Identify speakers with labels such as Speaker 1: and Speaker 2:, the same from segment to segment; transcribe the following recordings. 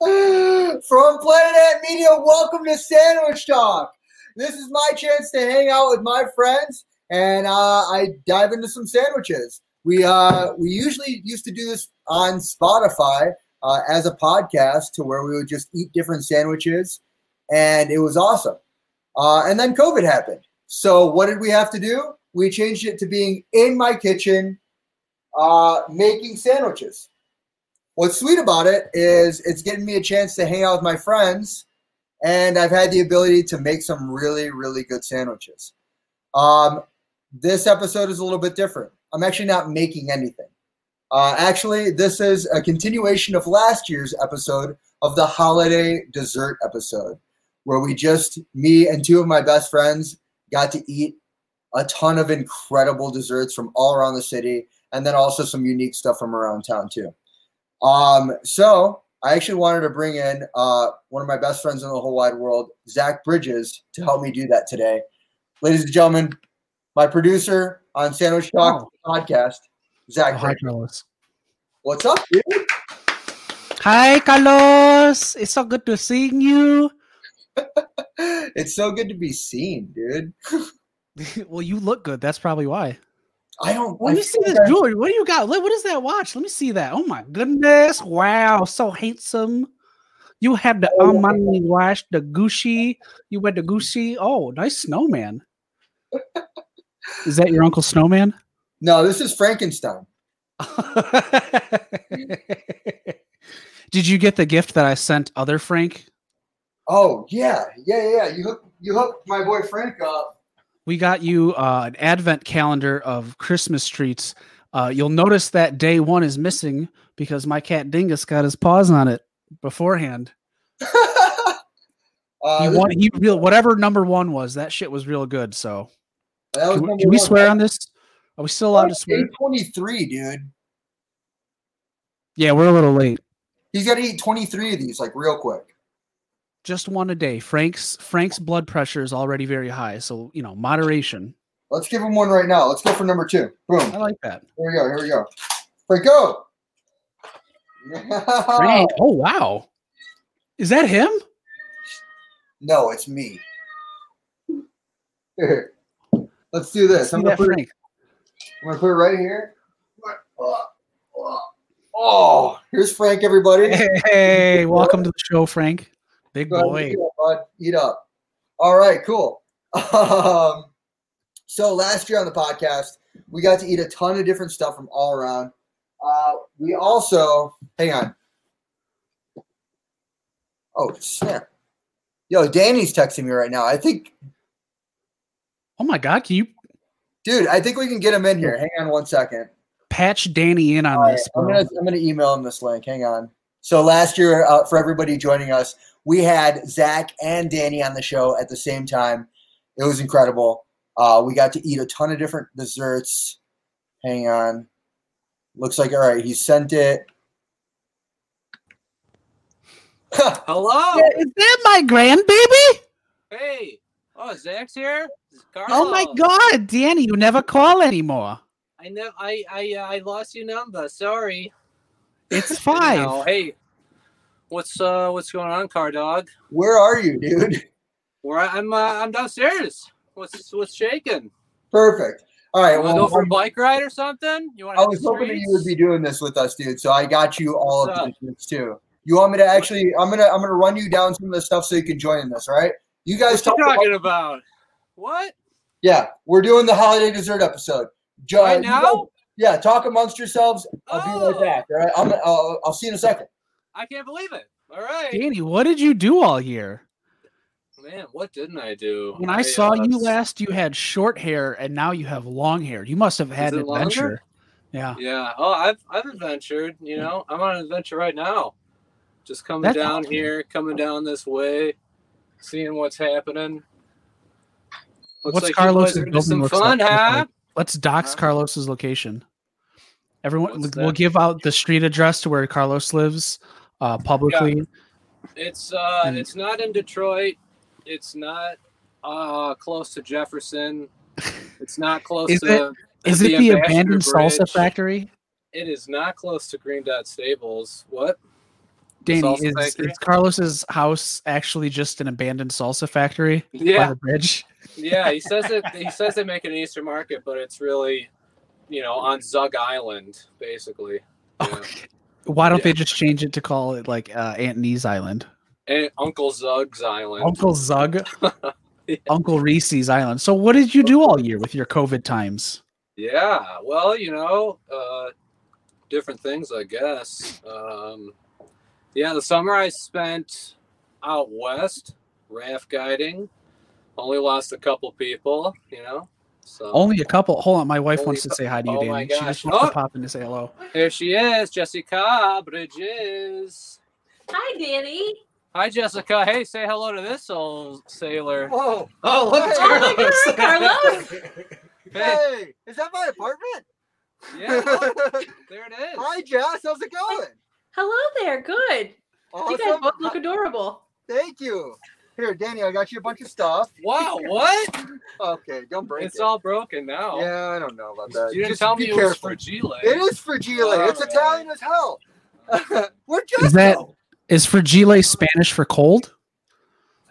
Speaker 1: From Planet Ant Media, welcome to Sandwich Talk. This is my chance to hang out with my friends, and uh, I dive into some sandwiches. We uh, we usually used to do this on Spotify uh, as a podcast, to where we would just eat different sandwiches, and it was awesome. Uh, and then COVID happened, so what did we have to do? We changed it to being in my kitchen, uh, making sandwiches. What's sweet about it is it's getting me a chance to hang out with my friends, and I've had the ability to make some really, really good sandwiches. Um, this episode is a little bit different. I'm actually not making anything. Uh, actually, this is a continuation of last year's episode of the holiday dessert episode, where we just, me and two of my best friends, got to eat a ton of incredible desserts from all around the city, and then also some unique stuff from around town, too. Um, so I actually wanted to bring in uh, one of my best friends in the whole wide world, Zach Bridges, to help me do that today. Ladies and gentlemen, my producer on Sandwich Talk podcast, Zach.
Speaker 2: hi,
Speaker 1: Bridges.
Speaker 2: Carlos.
Speaker 1: What's up, dude?
Speaker 2: Hi, Carlos. It's so good to seeing you.
Speaker 1: It's so good to be seen, dude.
Speaker 2: well, you look good. That's probably why.
Speaker 1: I don't.
Speaker 2: Let
Speaker 1: I
Speaker 2: me see
Speaker 1: feel
Speaker 2: this
Speaker 1: like-
Speaker 2: jewelry. What do you got? Look, What is that watch? Let me see that. Oh my goodness! Wow, so handsome. You have the
Speaker 1: Oh, yeah.
Speaker 2: Armani watch, the Gucci. You wear the Gucci. Oh, nice snowman. Is that your uncle Snowman?
Speaker 1: No, this is Frankenstein.
Speaker 2: Did you get the gift that I sent other Frank?
Speaker 1: Oh yeah, yeah, yeah. yeah. You hook, you hooked my boy Frank up.
Speaker 2: we got you uh, an advent calendar of Christmas treats. Uh, you'll notice that day one is missing because my cat Dingus got his paws on it beforehand.
Speaker 1: uh,
Speaker 2: He
Speaker 1: this-
Speaker 2: won. He real whatever number one was. That shit was real good. So
Speaker 1: that was
Speaker 2: can, we-
Speaker 1: number
Speaker 2: can we
Speaker 1: one.
Speaker 2: swear on this? Are we still allowed to swear?
Speaker 1: 23, dude.
Speaker 2: Yeah, we're a little late.
Speaker 1: He's got to eat 23 of these like real quick.
Speaker 2: Just one a day. Frank's Frank's blood pressure is already very high, so you know moderation.
Speaker 1: Let's give him one right now. Let's go for number two. Boom.
Speaker 2: I
Speaker 1: Here
Speaker 2: like that.
Speaker 1: we go. Here we go. Frank, go. Uh,
Speaker 2: Frank. Oh wow, is that him?
Speaker 1: No, it's me. Here. Let's do this. I'm
Speaker 2: See
Speaker 1: gonna,
Speaker 2: that
Speaker 1: put it,
Speaker 2: Frank.
Speaker 1: I'm gonna put it right here. Oh, here's Frank, everybody.
Speaker 2: Hey, welcome to the show, Frank. Big
Speaker 1: Go ahead,
Speaker 2: boy.
Speaker 1: Eat up, bud. Eat up. All right, cool. Um, so last year on the podcast, we got to eat a ton of different stuff from all around. Uh, we also, hang on. Oh, snap. Yo, Danny's texting me right now. I think,
Speaker 2: Oh my God, can you
Speaker 1: dude, I think we can get him in here. Hang on one second.
Speaker 2: patch Danny in on
Speaker 1: All right,
Speaker 2: this?
Speaker 1: I'm
Speaker 2: bro?
Speaker 1: gonna I'm gonna email him this link. Hang on. So last year, uh, for everybody joining us, we had Zach and Danny on the show at the same time. It was incredible. Uh, we got to eat a ton of different desserts. Hang on. Looks like all right. He sent it.
Speaker 3: Hello.
Speaker 2: Yeah, Oh, is that my grandbaby?
Speaker 3: Hey. Oh, Zach's here. This is
Speaker 2: Oh my
Speaker 3: Carlos.
Speaker 2: God, Danny, you never call anymore.
Speaker 3: I know. I I uh, I lost your number. Sorry.
Speaker 2: It's five.
Speaker 3: No, hey. What's uh What's going on, Car Dog?
Speaker 1: Where are you, dude?
Speaker 3: Where I, I'm uh, I'm downstairs. What's What's shaking?
Speaker 1: Perfect. All right.
Speaker 3: You want to go
Speaker 1: Well, um,
Speaker 3: for a bike ride or something? You want?
Speaker 1: I was hoping that you would be doing this with us, dude. So I got you all
Speaker 3: What's
Speaker 1: of
Speaker 3: up?
Speaker 1: the desserts too. You want me to actually? I'm gonna I'm gonna run you down some of the stuff so you can join in this. All right. You guys
Speaker 3: What you
Speaker 1: talk about
Speaker 3: talking about? What
Speaker 1: Yeah, we're doing the holiday dessert episode. Jo-
Speaker 3: right
Speaker 1: Uh, you
Speaker 3: now?
Speaker 1: guys- yeah, talk amongst yourselves. I'll be right
Speaker 3: Oh.
Speaker 1: back. All right, I'm, I'll, I'll see you in a second.
Speaker 3: I can't believe it. All right,
Speaker 2: Danny, what did you do all year?
Speaker 3: man. What didn't I do?
Speaker 2: When I saw
Speaker 3: uh,
Speaker 2: you last, you had short hair, and now you have long hair. You must have had
Speaker 3: it
Speaker 2: an
Speaker 3: longer?
Speaker 2: adventure. Yeah,
Speaker 3: Yeah. Oh, I've I've adventured. You know, I'm on an adventure right now. Just coming
Speaker 2: That's
Speaker 3: down
Speaker 2: awesome.
Speaker 3: here, coming down this way, seeing what's happening. Looks
Speaker 2: What's
Speaker 3: like you
Speaker 2: Carlos's
Speaker 3: guys are into
Speaker 2: building
Speaker 3: some
Speaker 2: looks
Speaker 3: fun,
Speaker 2: like?
Speaker 3: huh?
Speaker 2: let's dox
Speaker 3: Huh?
Speaker 2: Carlos's location. Everyone,
Speaker 3: What's
Speaker 2: we'll
Speaker 3: that?
Speaker 2: give out the street address to where Carlos lives uh, publicly.
Speaker 3: It's uh,
Speaker 2: And-
Speaker 3: it's not in Detroit. It's not uh close to Jefferson. It's not close
Speaker 2: Is
Speaker 3: to.
Speaker 2: Is
Speaker 3: it's
Speaker 2: it the abandoned
Speaker 3: Ambassador
Speaker 2: salsa
Speaker 3: Bridge.
Speaker 2: factory?
Speaker 3: It is not close to Green Dot Stables. What?
Speaker 2: Danny,
Speaker 3: Salsa
Speaker 2: is,
Speaker 3: factory?
Speaker 2: is Carlos's house actually just an abandoned salsa factory by
Speaker 3: Yeah,
Speaker 2: the bridge?
Speaker 3: yeah. He says it. He says they make an Easter market, but it's really, you know, on Zug Island, basically. Yeah.
Speaker 2: Why don't
Speaker 3: Yeah.
Speaker 2: they just change it to call it like uh, Aunt Nee's Island,
Speaker 3: And Uncle Zug's Island.
Speaker 2: Uncle Zug, Uncle Reese's Island? So, what did you do all year with your COVID times?
Speaker 3: Yeah, well, you know, uh, different things, I guess. Um, yeah, the summer I spent out west, raft guiding. Only lost a couple people, you know. So
Speaker 2: Only a couple. Hold on, my wife
Speaker 3: Oh. Only
Speaker 2: wants to
Speaker 3: cou-
Speaker 2: say hi to you,
Speaker 3: Oh
Speaker 2: Danny.
Speaker 3: my
Speaker 2: She just
Speaker 3: gosh.
Speaker 2: wants to
Speaker 3: Oh!
Speaker 2: pop in to say hello.
Speaker 3: here she is, Jessica Bridges.
Speaker 4: Hi, Danny.
Speaker 3: Hi, Jessica. Hey, say hello to this old sailor.
Speaker 1: Whoa.
Speaker 5: Oh, look at
Speaker 4: Oh my
Speaker 5: Carlos.
Speaker 4: God, Carlos.
Speaker 3: Hey,
Speaker 1: Hey, is that my apartment?
Speaker 3: yeah, look, there it is.
Speaker 1: Hi, Jess. How's it going?
Speaker 4: Hello there. Good. You guys
Speaker 1: Awesome.
Speaker 4: both look adorable.
Speaker 1: Thank you. Here, Danny, I got you a bunch of stuff.
Speaker 3: Wow, what?
Speaker 1: Okay, don't break
Speaker 3: It's
Speaker 1: it.
Speaker 3: all broken now.
Speaker 1: yeah, I don't know about that.
Speaker 3: You didn't
Speaker 1: Just
Speaker 3: tell
Speaker 1: be
Speaker 3: me it was
Speaker 1: careful.
Speaker 3: fragile.
Speaker 1: It is fragile. it's
Speaker 3: All right.
Speaker 1: Italian as hell. We're just
Speaker 2: Is that- Is fragile Spanish for cold?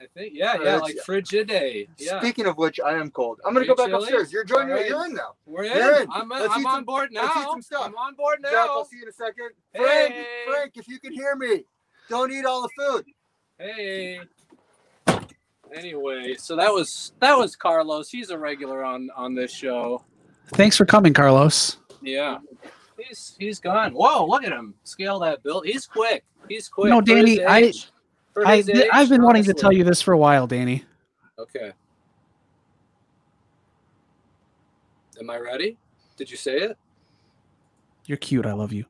Speaker 3: I think
Speaker 1: Uh,
Speaker 3: yeah, yeah,
Speaker 1: it's-
Speaker 3: like Frigidae. Yeah,
Speaker 1: Speaking of which, I am cold. I'm gonna
Speaker 3: Are
Speaker 1: go
Speaker 3: you
Speaker 1: back
Speaker 3: chilly?
Speaker 1: upstairs. You're joining.
Speaker 3: All right.
Speaker 1: You're in now.
Speaker 3: we're
Speaker 1: You're
Speaker 3: in.
Speaker 1: in.
Speaker 3: I'm, uh,
Speaker 1: Let's
Speaker 3: I'm
Speaker 1: eat
Speaker 3: on
Speaker 1: some-
Speaker 3: board now.
Speaker 1: let's eat some stuff.
Speaker 3: I'm on board now.
Speaker 1: Jack, I'll see you in a second. Frank,
Speaker 3: Hey.
Speaker 1: Frank, if you can hear me, don't eat all the food.
Speaker 3: Hey. Anyway, so that was that was Carlos. He's a regular on on this show.
Speaker 2: Thanks for coming, Carlos.
Speaker 3: Yeah. He's he's gone. Whoa, look at him. Scale that build. He's quick. He's quick.
Speaker 2: No,
Speaker 3: For his
Speaker 2: Danny, I-
Speaker 3: age- for
Speaker 2: I,
Speaker 3: his age,
Speaker 2: I've been wanting to tell
Speaker 3: honestly.
Speaker 2: you this for a while, Danny.
Speaker 3: Okay. Am I ready? Did you say it?
Speaker 2: You're cute. I love you.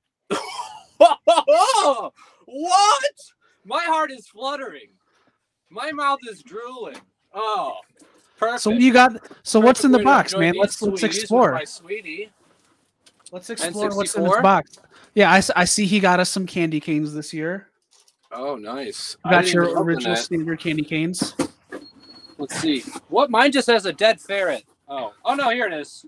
Speaker 3: what? My heart is fluttering. My mouth is drooling. Oh, perfect.
Speaker 2: So you got. So what's in the
Speaker 3: Perfect way to
Speaker 2: box,
Speaker 3: enjoy
Speaker 2: man?
Speaker 3: these
Speaker 2: Let's let's
Speaker 3: sweeties with
Speaker 2: explore.
Speaker 3: My sweetie.
Speaker 2: Let's explore what's in this
Speaker 3: N64?
Speaker 2: box. Yeah, I, s- I see he got us some candy canes this year.
Speaker 3: Oh, nice.
Speaker 2: You
Speaker 3: I
Speaker 2: got
Speaker 3: didn't even
Speaker 2: your
Speaker 3: open
Speaker 2: original
Speaker 3: that.
Speaker 2: standard candy canes.
Speaker 3: Let's see. What? Mine just has a dead ferret. Oh. Oh no, here it is.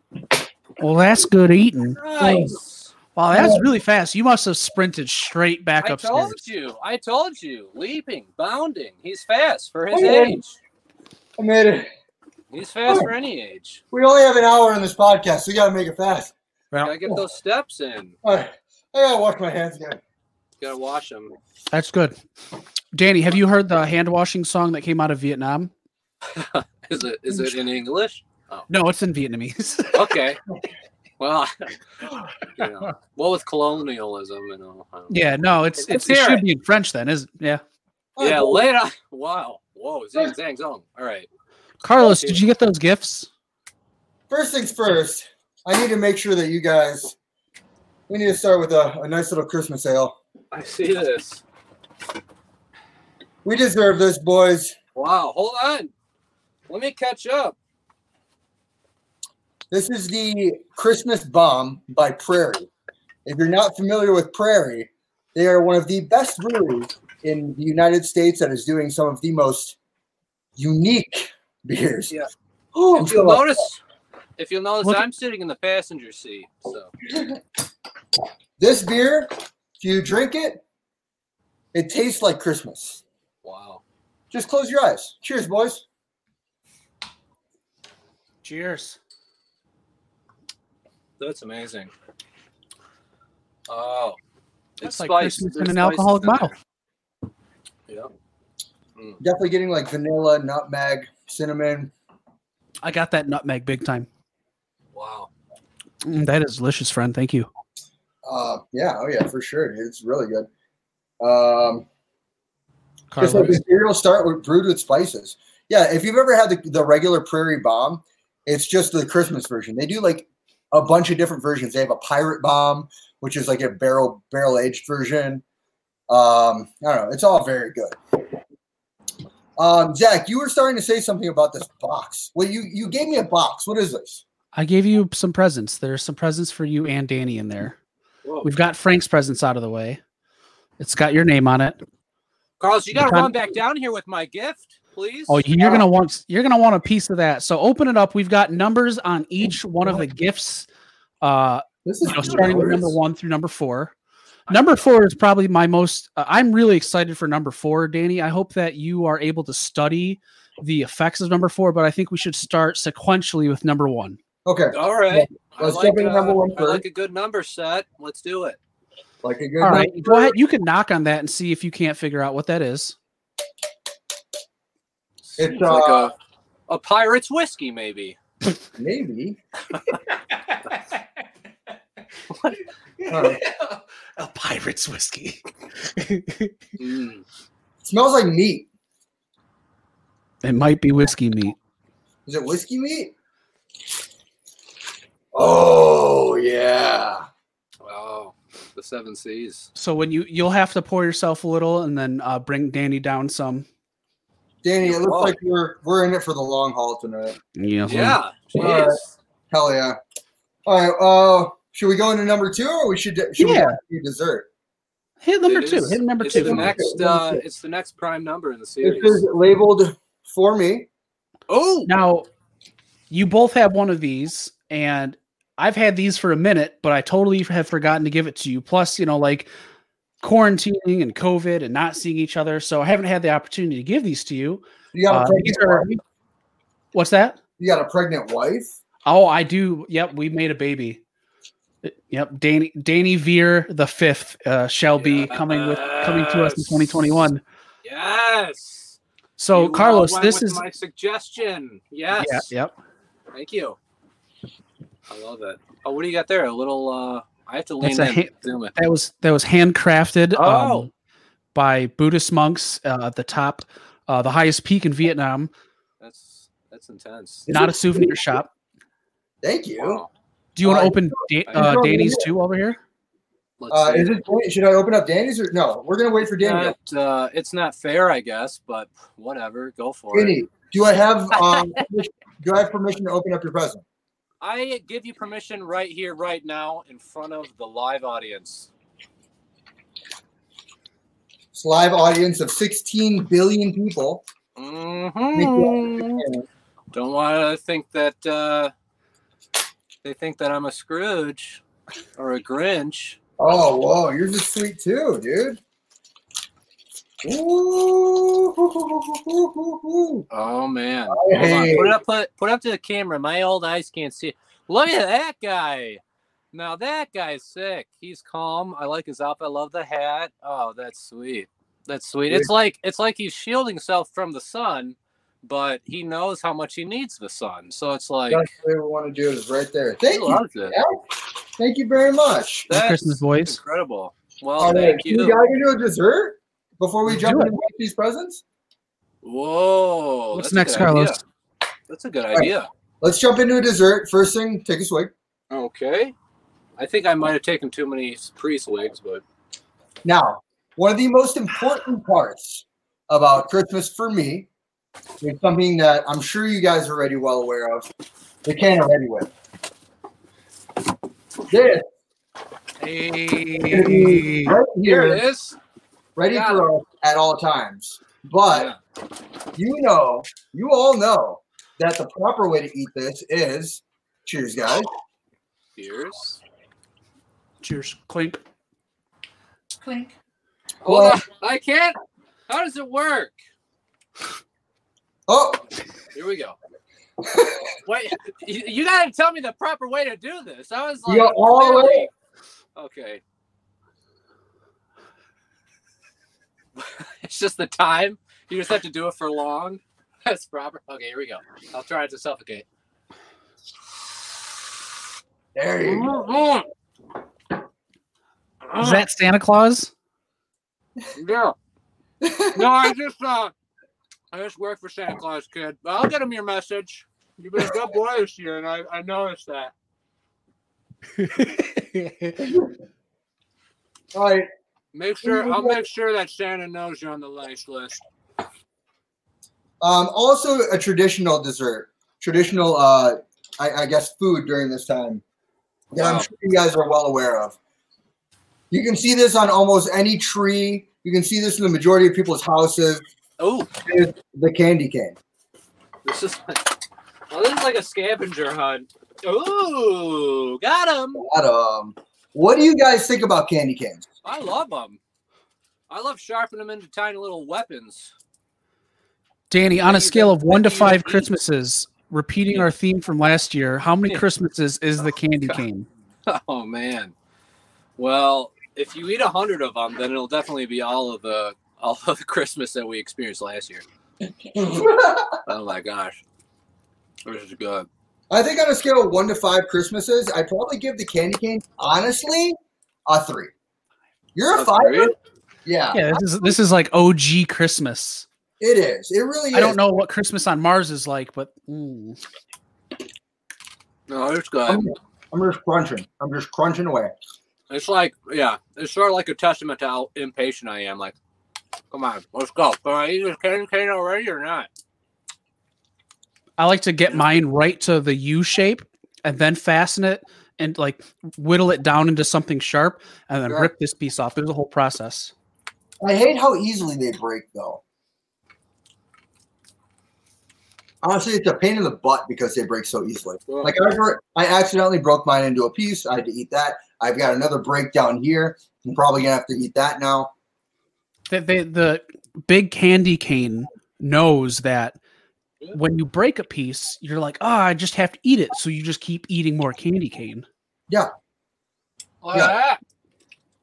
Speaker 2: Well, that's good eating.
Speaker 3: Nice.
Speaker 2: Wow, that's really fast. You must have sprinted straight back
Speaker 3: I
Speaker 2: upstairs.
Speaker 3: told you. I told you. Leaping, bounding. He's fast for his
Speaker 1: Oh.
Speaker 3: age.
Speaker 1: I made it.
Speaker 3: He's fast
Speaker 2: Oh.
Speaker 3: for any age.
Speaker 1: We only have an hour in this podcast, so we gotta make it fast.
Speaker 3: Gotta get those steps in.
Speaker 1: All right, I gotta wash my hands again.
Speaker 3: Gotta wash them.
Speaker 2: That's good. Danny, have you heard the hand washing song that came out of Vietnam?
Speaker 3: Is it? Is it in English?
Speaker 2: No, it's in Vietnamese.
Speaker 3: okay. Well, you know, well, with colonialism and all. I don't-
Speaker 2: yeah, no, it's, it's
Speaker 3: Let's
Speaker 2: it
Speaker 3: hear
Speaker 2: should
Speaker 3: it.
Speaker 2: be in French then, is yeah.
Speaker 1: All right,
Speaker 3: Yeah,
Speaker 1: well,
Speaker 3: later. Wow. Whoa. Zing, zang, zong. All right.
Speaker 2: Carlos,
Speaker 3: Okay.
Speaker 2: did you get those gifts?
Speaker 1: First things first, I need to make sure that you guys. We need to start with a, a nice little Christmas ale.
Speaker 3: I see this.
Speaker 1: We deserve this, boys.
Speaker 3: Wow. Hold on. Let me catch up.
Speaker 1: This is the Christmas Bomb by Prairie. If you're not familiar with Prairie, they are one of the best breweries in the United States that is doing some of the most unique beers.
Speaker 3: Yeah.
Speaker 1: Oh,
Speaker 3: If you'll notice, if you'll notice,
Speaker 2: What-
Speaker 3: I'm sitting in the passenger seat. So
Speaker 1: This beer, if you drink it, it tastes like Christmas.
Speaker 3: wow.
Speaker 1: Just close your eyes. Cheers, boys.
Speaker 2: Cheers.
Speaker 3: That's amazing. Oh.
Speaker 2: That's
Speaker 3: it's
Speaker 2: like
Speaker 3: spiced.
Speaker 2: Christmas
Speaker 3: There's
Speaker 2: in an
Speaker 3: spices
Speaker 2: alcoholic
Speaker 3: in there.
Speaker 2: bottle.
Speaker 3: Yeah.
Speaker 1: Definitely getting like vanilla, nutmeg, cinnamon.
Speaker 2: I got that nutmeg big time.
Speaker 3: Wow.
Speaker 2: Mm, that is delicious, friend. Thank you.
Speaker 1: Uh, yeah, oh yeah, for sure. dude. It's really good. Um, Just like
Speaker 2: Carlos.
Speaker 1: the cereal start with brewed with spices. Yeah, if you've ever had the, the regular Prairie Bomb, it's just the Christmas version. They do like a bunch of different versions. They have a Pirate Bomb, which is like a barrel barrel aged version. Um, I don't know. It's all very good. Um, Zach, you were starting to say something about this box. Well, you you gave me a box. What is this?
Speaker 2: I gave you some presents. There's some presents for you and Danny in there.
Speaker 3: Whoa.
Speaker 2: We've got Frank's presents out of the way. It's got your name on it.
Speaker 3: Carlos, you got to
Speaker 2: Can-
Speaker 3: run back down here with my gift, please.
Speaker 2: Oh, you're gonna want you're gonna want a piece of that. So open it up. We've got numbers on each one of the gifts, uh,
Speaker 1: This is
Speaker 2: you know, starting with number one through number four. Number four is probably my most. Uh, I'm really excited for number four, Danny. I hope that you are able to study the effects of number four, but I think we should start sequentially with number one.
Speaker 1: Okay,
Speaker 3: All right. I
Speaker 1: Let's
Speaker 3: like,
Speaker 1: jump into number
Speaker 3: uh,
Speaker 1: one
Speaker 3: I like
Speaker 1: first.
Speaker 3: a good number set. Let's do it.
Speaker 1: like a good.
Speaker 2: All right, go ahead. You can knock on that and see if you can't figure out what that is.
Speaker 1: It's,
Speaker 3: Seems like
Speaker 1: uh,
Speaker 3: a, a pirate's whiskey, maybe.
Speaker 1: Maybe.
Speaker 5: a pirate's whiskey.
Speaker 3: Mm.
Speaker 1: smells like meat.
Speaker 2: It might be whiskey meat.
Speaker 1: Is it whiskey meat? Oh yeah.
Speaker 3: Oh, the seven C's.
Speaker 2: So when you you'll have to pour yourself a little and then uh, bring Danny down some.
Speaker 1: Danny, it looks
Speaker 3: Whoa.
Speaker 1: like we're we're in it for the long haul tonight.
Speaker 3: Yeah.
Speaker 1: All
Speaker 3: Jeez.
Speaker 1: Hell yeah. All right. Uh, should we go into number two, or we should should
Speaker 2: Yeah.
Speaker 1: we do dessert?
Speaker 2: Hit number
Speaker 3: It
Speaker 2: two.
Speaker 3: is-
Speaker 2: Hit number
Speaker 3: it's
Speaker 2: two.
Speaker 3: The
Speaker 1: Number
Speaker 3: next,
Speaker 1: two, number
Speaker 3: uh,
Speaker 1: two.
Speaker 3: it's the next prime number in the
Speaker 1: This
Speaker 3: series.
Speaker 1: is labeled for me.
Speaker 3: Oh,
Speaker 2: Now, you both have one of these, and I've had these for a minute, but I totally have forgotten to give it to you. Plus, you know, like quarantining and COVID and not seeing each other, so I haven't had the opportunity to give these to you.
Speaker 1: You got a
Speaker 2: Uh, these
Speaker 1: pregnant
Speaker 2: are-
Speaker 1: wife?
Speaker 2: what's that?
Speaker 1: You got a pregnant wife?
Speaker 2: Oh, I do. Yep, we made a baby. Yep, Danny Danny Veer the fifth uh, shall be coming with coming to us in
Speaker 3: Yes.
Speaker 2: 2021.
Speaker 3: yes.
Speaker 2: So
Speaker 3: You, uh,
Speaker 2: Carlos,
Speaker 3: went
Speaker 2: this
Speaker 3: with
Speaker 2: is
Speaker 3: my suggestion. Yes.
Speaker 2: yeah, yep.
Speaker 3: Thank you. I love it. Oh, what do you got there? A little. uh I have to lean
Speaker 2: That's
Speaker 3: in.
Speaker 2: a hit.
Speaker 3: Zoom in.
Speaker 2: that was that was handcrafted
Speaker 3: Oh.
Speaker 2: um, by Buddhist monks uh, at the top, uh, the highest peak in Vietnam.
Speaker 3: That's that's intense.
Speaker 1: Is
Speaker 2: Not
Speaker 1: it-
Speaker 2: a souvenir shop.
Speaker 1: Thank you.
Speaker 3: Wow.
Speaker 2: Do you want to
Speaker 1: Uh,
Speaker 2: open da-
Speaker 3: Oh, I-
Speaker 2: uh,
Speaker 1: No,
Speaker 2: Danny's
Speaker 1: yeah.
Speaker 2: too over here?
Speaker 3: Let's
Speaker 1: Uh,
Speaker 3: see.
Speaker 1: is it, wait, should I open up Danny's or no? We're gonna wait for Danny.
Speaker 3: Not, uh, it's not fair, I guess, but whatever. Go for it.
Speaker 1: Danny, do I have um, permission- do I have permission to open up your present?
Speaker 3: I give you permission right here, right now, in front of the live audience.
Speaker 1: It's a live audience of 16 billion people. Mm-hmm.
Speaker 3: hmm Don't want to think that uh, they think that I'm a Scrooge or a Grinch.
Speaker 1: Oh, whoa, yours is sweet too, dude. Ooh, hoo, hoo, hoo, hoo, hoo, hoo.
Speaker 3: Oh man! Hold on. Put it up, put, put it up to the camera. My old eyes can't see. Look at that guy. Now that guy's sick. He's calm. I like his outfit. I love the hat. Oh, that's sweet. That's sweet. It's like it's like he's shielding himself from the sun, but he knows how much he needs the sun. So it's like
Speaker 1: That's what we want to do is right there.
Speaker 3: he
Speaker 1: Thank you.
Speaker 3: loves it.
Speaker 1: Thank you very much.
Speaker 2: The
Speaker 3: That's
Speaker 2: Christmas voice.
Speaker 3: incredible. Well,
Speaker 1: All right,
Speaker 3: Oh, thank
Speaker 1: you
Speaker 3: you.
Speaker 1: guys do a dessert before we
Speaker 2: Do
Speaker 1: jump
Speaker 2: it.
Speaker 1: into these presents?
Speaker 3: Whoa.
Speaker 2: What's
Speaker 3: that's a
Speaker 2: next,
Speaker 3: good idea.
Speaker 2: Carlos?
Speaker 3: That's a good
Speaker 1: right.
Speaker 3: idea.
Speaker 1: Let's jump into a dessert. First thing, take a swig.
Speaker 3: Okay. I think I might have taken too many priest wigs, but
Speaker 1: Now, one of the most important parts about Christmas for me is something that I'm sure you guys are already well aware of the can of Ready Whip. This is gonna be right here,
Speaker 3: here it is.
Speaker 1: ready for us at all times. But you know, you all know that the proper way to eat this is cheers, guys.
Speaker 3: Cheers.
Speaker 2: Cheers. Clink.
Speaker 4: Clink.
Speaker 3: Hold
Speaker 1: Well-
Speaker 3: on. I can't. How does it work?
Speaker 1: Oh,
Speaker 3: Here we go. Wait, you, you gotta tell me the proper way to do this. I was like,
Speaker 1: You're all
Speaker 3: really-
Speaker 1: right.
Speaker 3: okay. it's just the time. You just have to do it for long. That's proper. Okay, here we go. I'll try to suffocate.
Speaker 1: there you go.
Speaker 3: Mm,
Speaker 2: Is
Speaker 3: mm.
Speaker 2: that Santa Claus?
Speaker 3: Yeah. No, I just uh, I just work for Santa Claus, kid. But I'll get him your message. You've been a good boy this year, and I, I noticed that. Mm-hmm.
Speaker 1: All right.
Speaker 3: Make sure I'll make sure that Santa knows you're on the nice list.
Speaker 1: Um, also, a traditional dessert, traditional, uh, I, I guess, food during this time that
Speaker 3: Wow.
Speaker 1: I'm sure you guys are well aware of. You can see this on almost any tree. You can see this in the majority of people's houses.
Speaker 3: Oh,
Speaker 1: is The candy cane.
Speaker 3: this is well, this is like a scavenger hunt. Ooh, got him.
Speaker 1: Got 'em. um, What do you guys think about candy canes?
Speaker 3: I love them. I love sharpening them into tiny little weapons.
Speaker 2: Danny, on
Speaker 3: What
Speaker 2: a
Speaker 3: do you
Speaker 2: scale of
Speaker 3: think- what
Speaker 2: one to
Speaker 3: do you
Speaker 2: five
Speaker 3: think?
Speaker 2: Christmases, repeating our theme from last year, how many Christmases is the candy
Speaker 3: God.
Speaker 2: cane?
Speaker 3: Oh man. Well, if you eat a hundred of them, then it'll definitely be all of the all of the Christmas that we experienced last year. Oh my gosh, this is good.
Speaker 1: I think on a scale of one to five Christmases, I probably give the candy cane honestly a three. You're a
Speaker 3: A
Speaker 1: five?
Speaker 3: three?
Speaker 1: Yeah,
Speaker 2: Yeah, this is this is like OG Christmas.
Speaker 1: it is. It really
Speaker 2: I don't
Speaker 1: is.
Speaker 2: know what Christmas on Mars is like, but mm.
Speaker 3: No, it's good.
Speaker 1: I'm, I'm just crunching. I'm just crunching away.
Speaker 3: It's like yeah, it's sort of like a testament to how impatient I am. Like, come on, let's go. Can I eat this candy cane already or not?
Speaker 2: I like to get mine right to the U shape and then fasten it and like whittle it down into something sharp and then
Speaker 3: Sure.
Speaker 2: rip this piece off. There's a whole process.
Speaker 1: I hate how easily they break, though. Honestly, it's a pain in the butt because they break so easily.
Speaker 3: Well,
Speaker 1: Like I, bro- I accidentally broke mine into a piece. I had to eat that. I've got another break down here. I'm probably gonna have to eat that now.
Speaker 2: The, the, the big candy cane knows that when you break a piece, you're like, oh, I just have to eat it. So you just keep eating more candy cane.
Speaker 3: Look at
Speaker 1: yeah.
Speaker 3: that.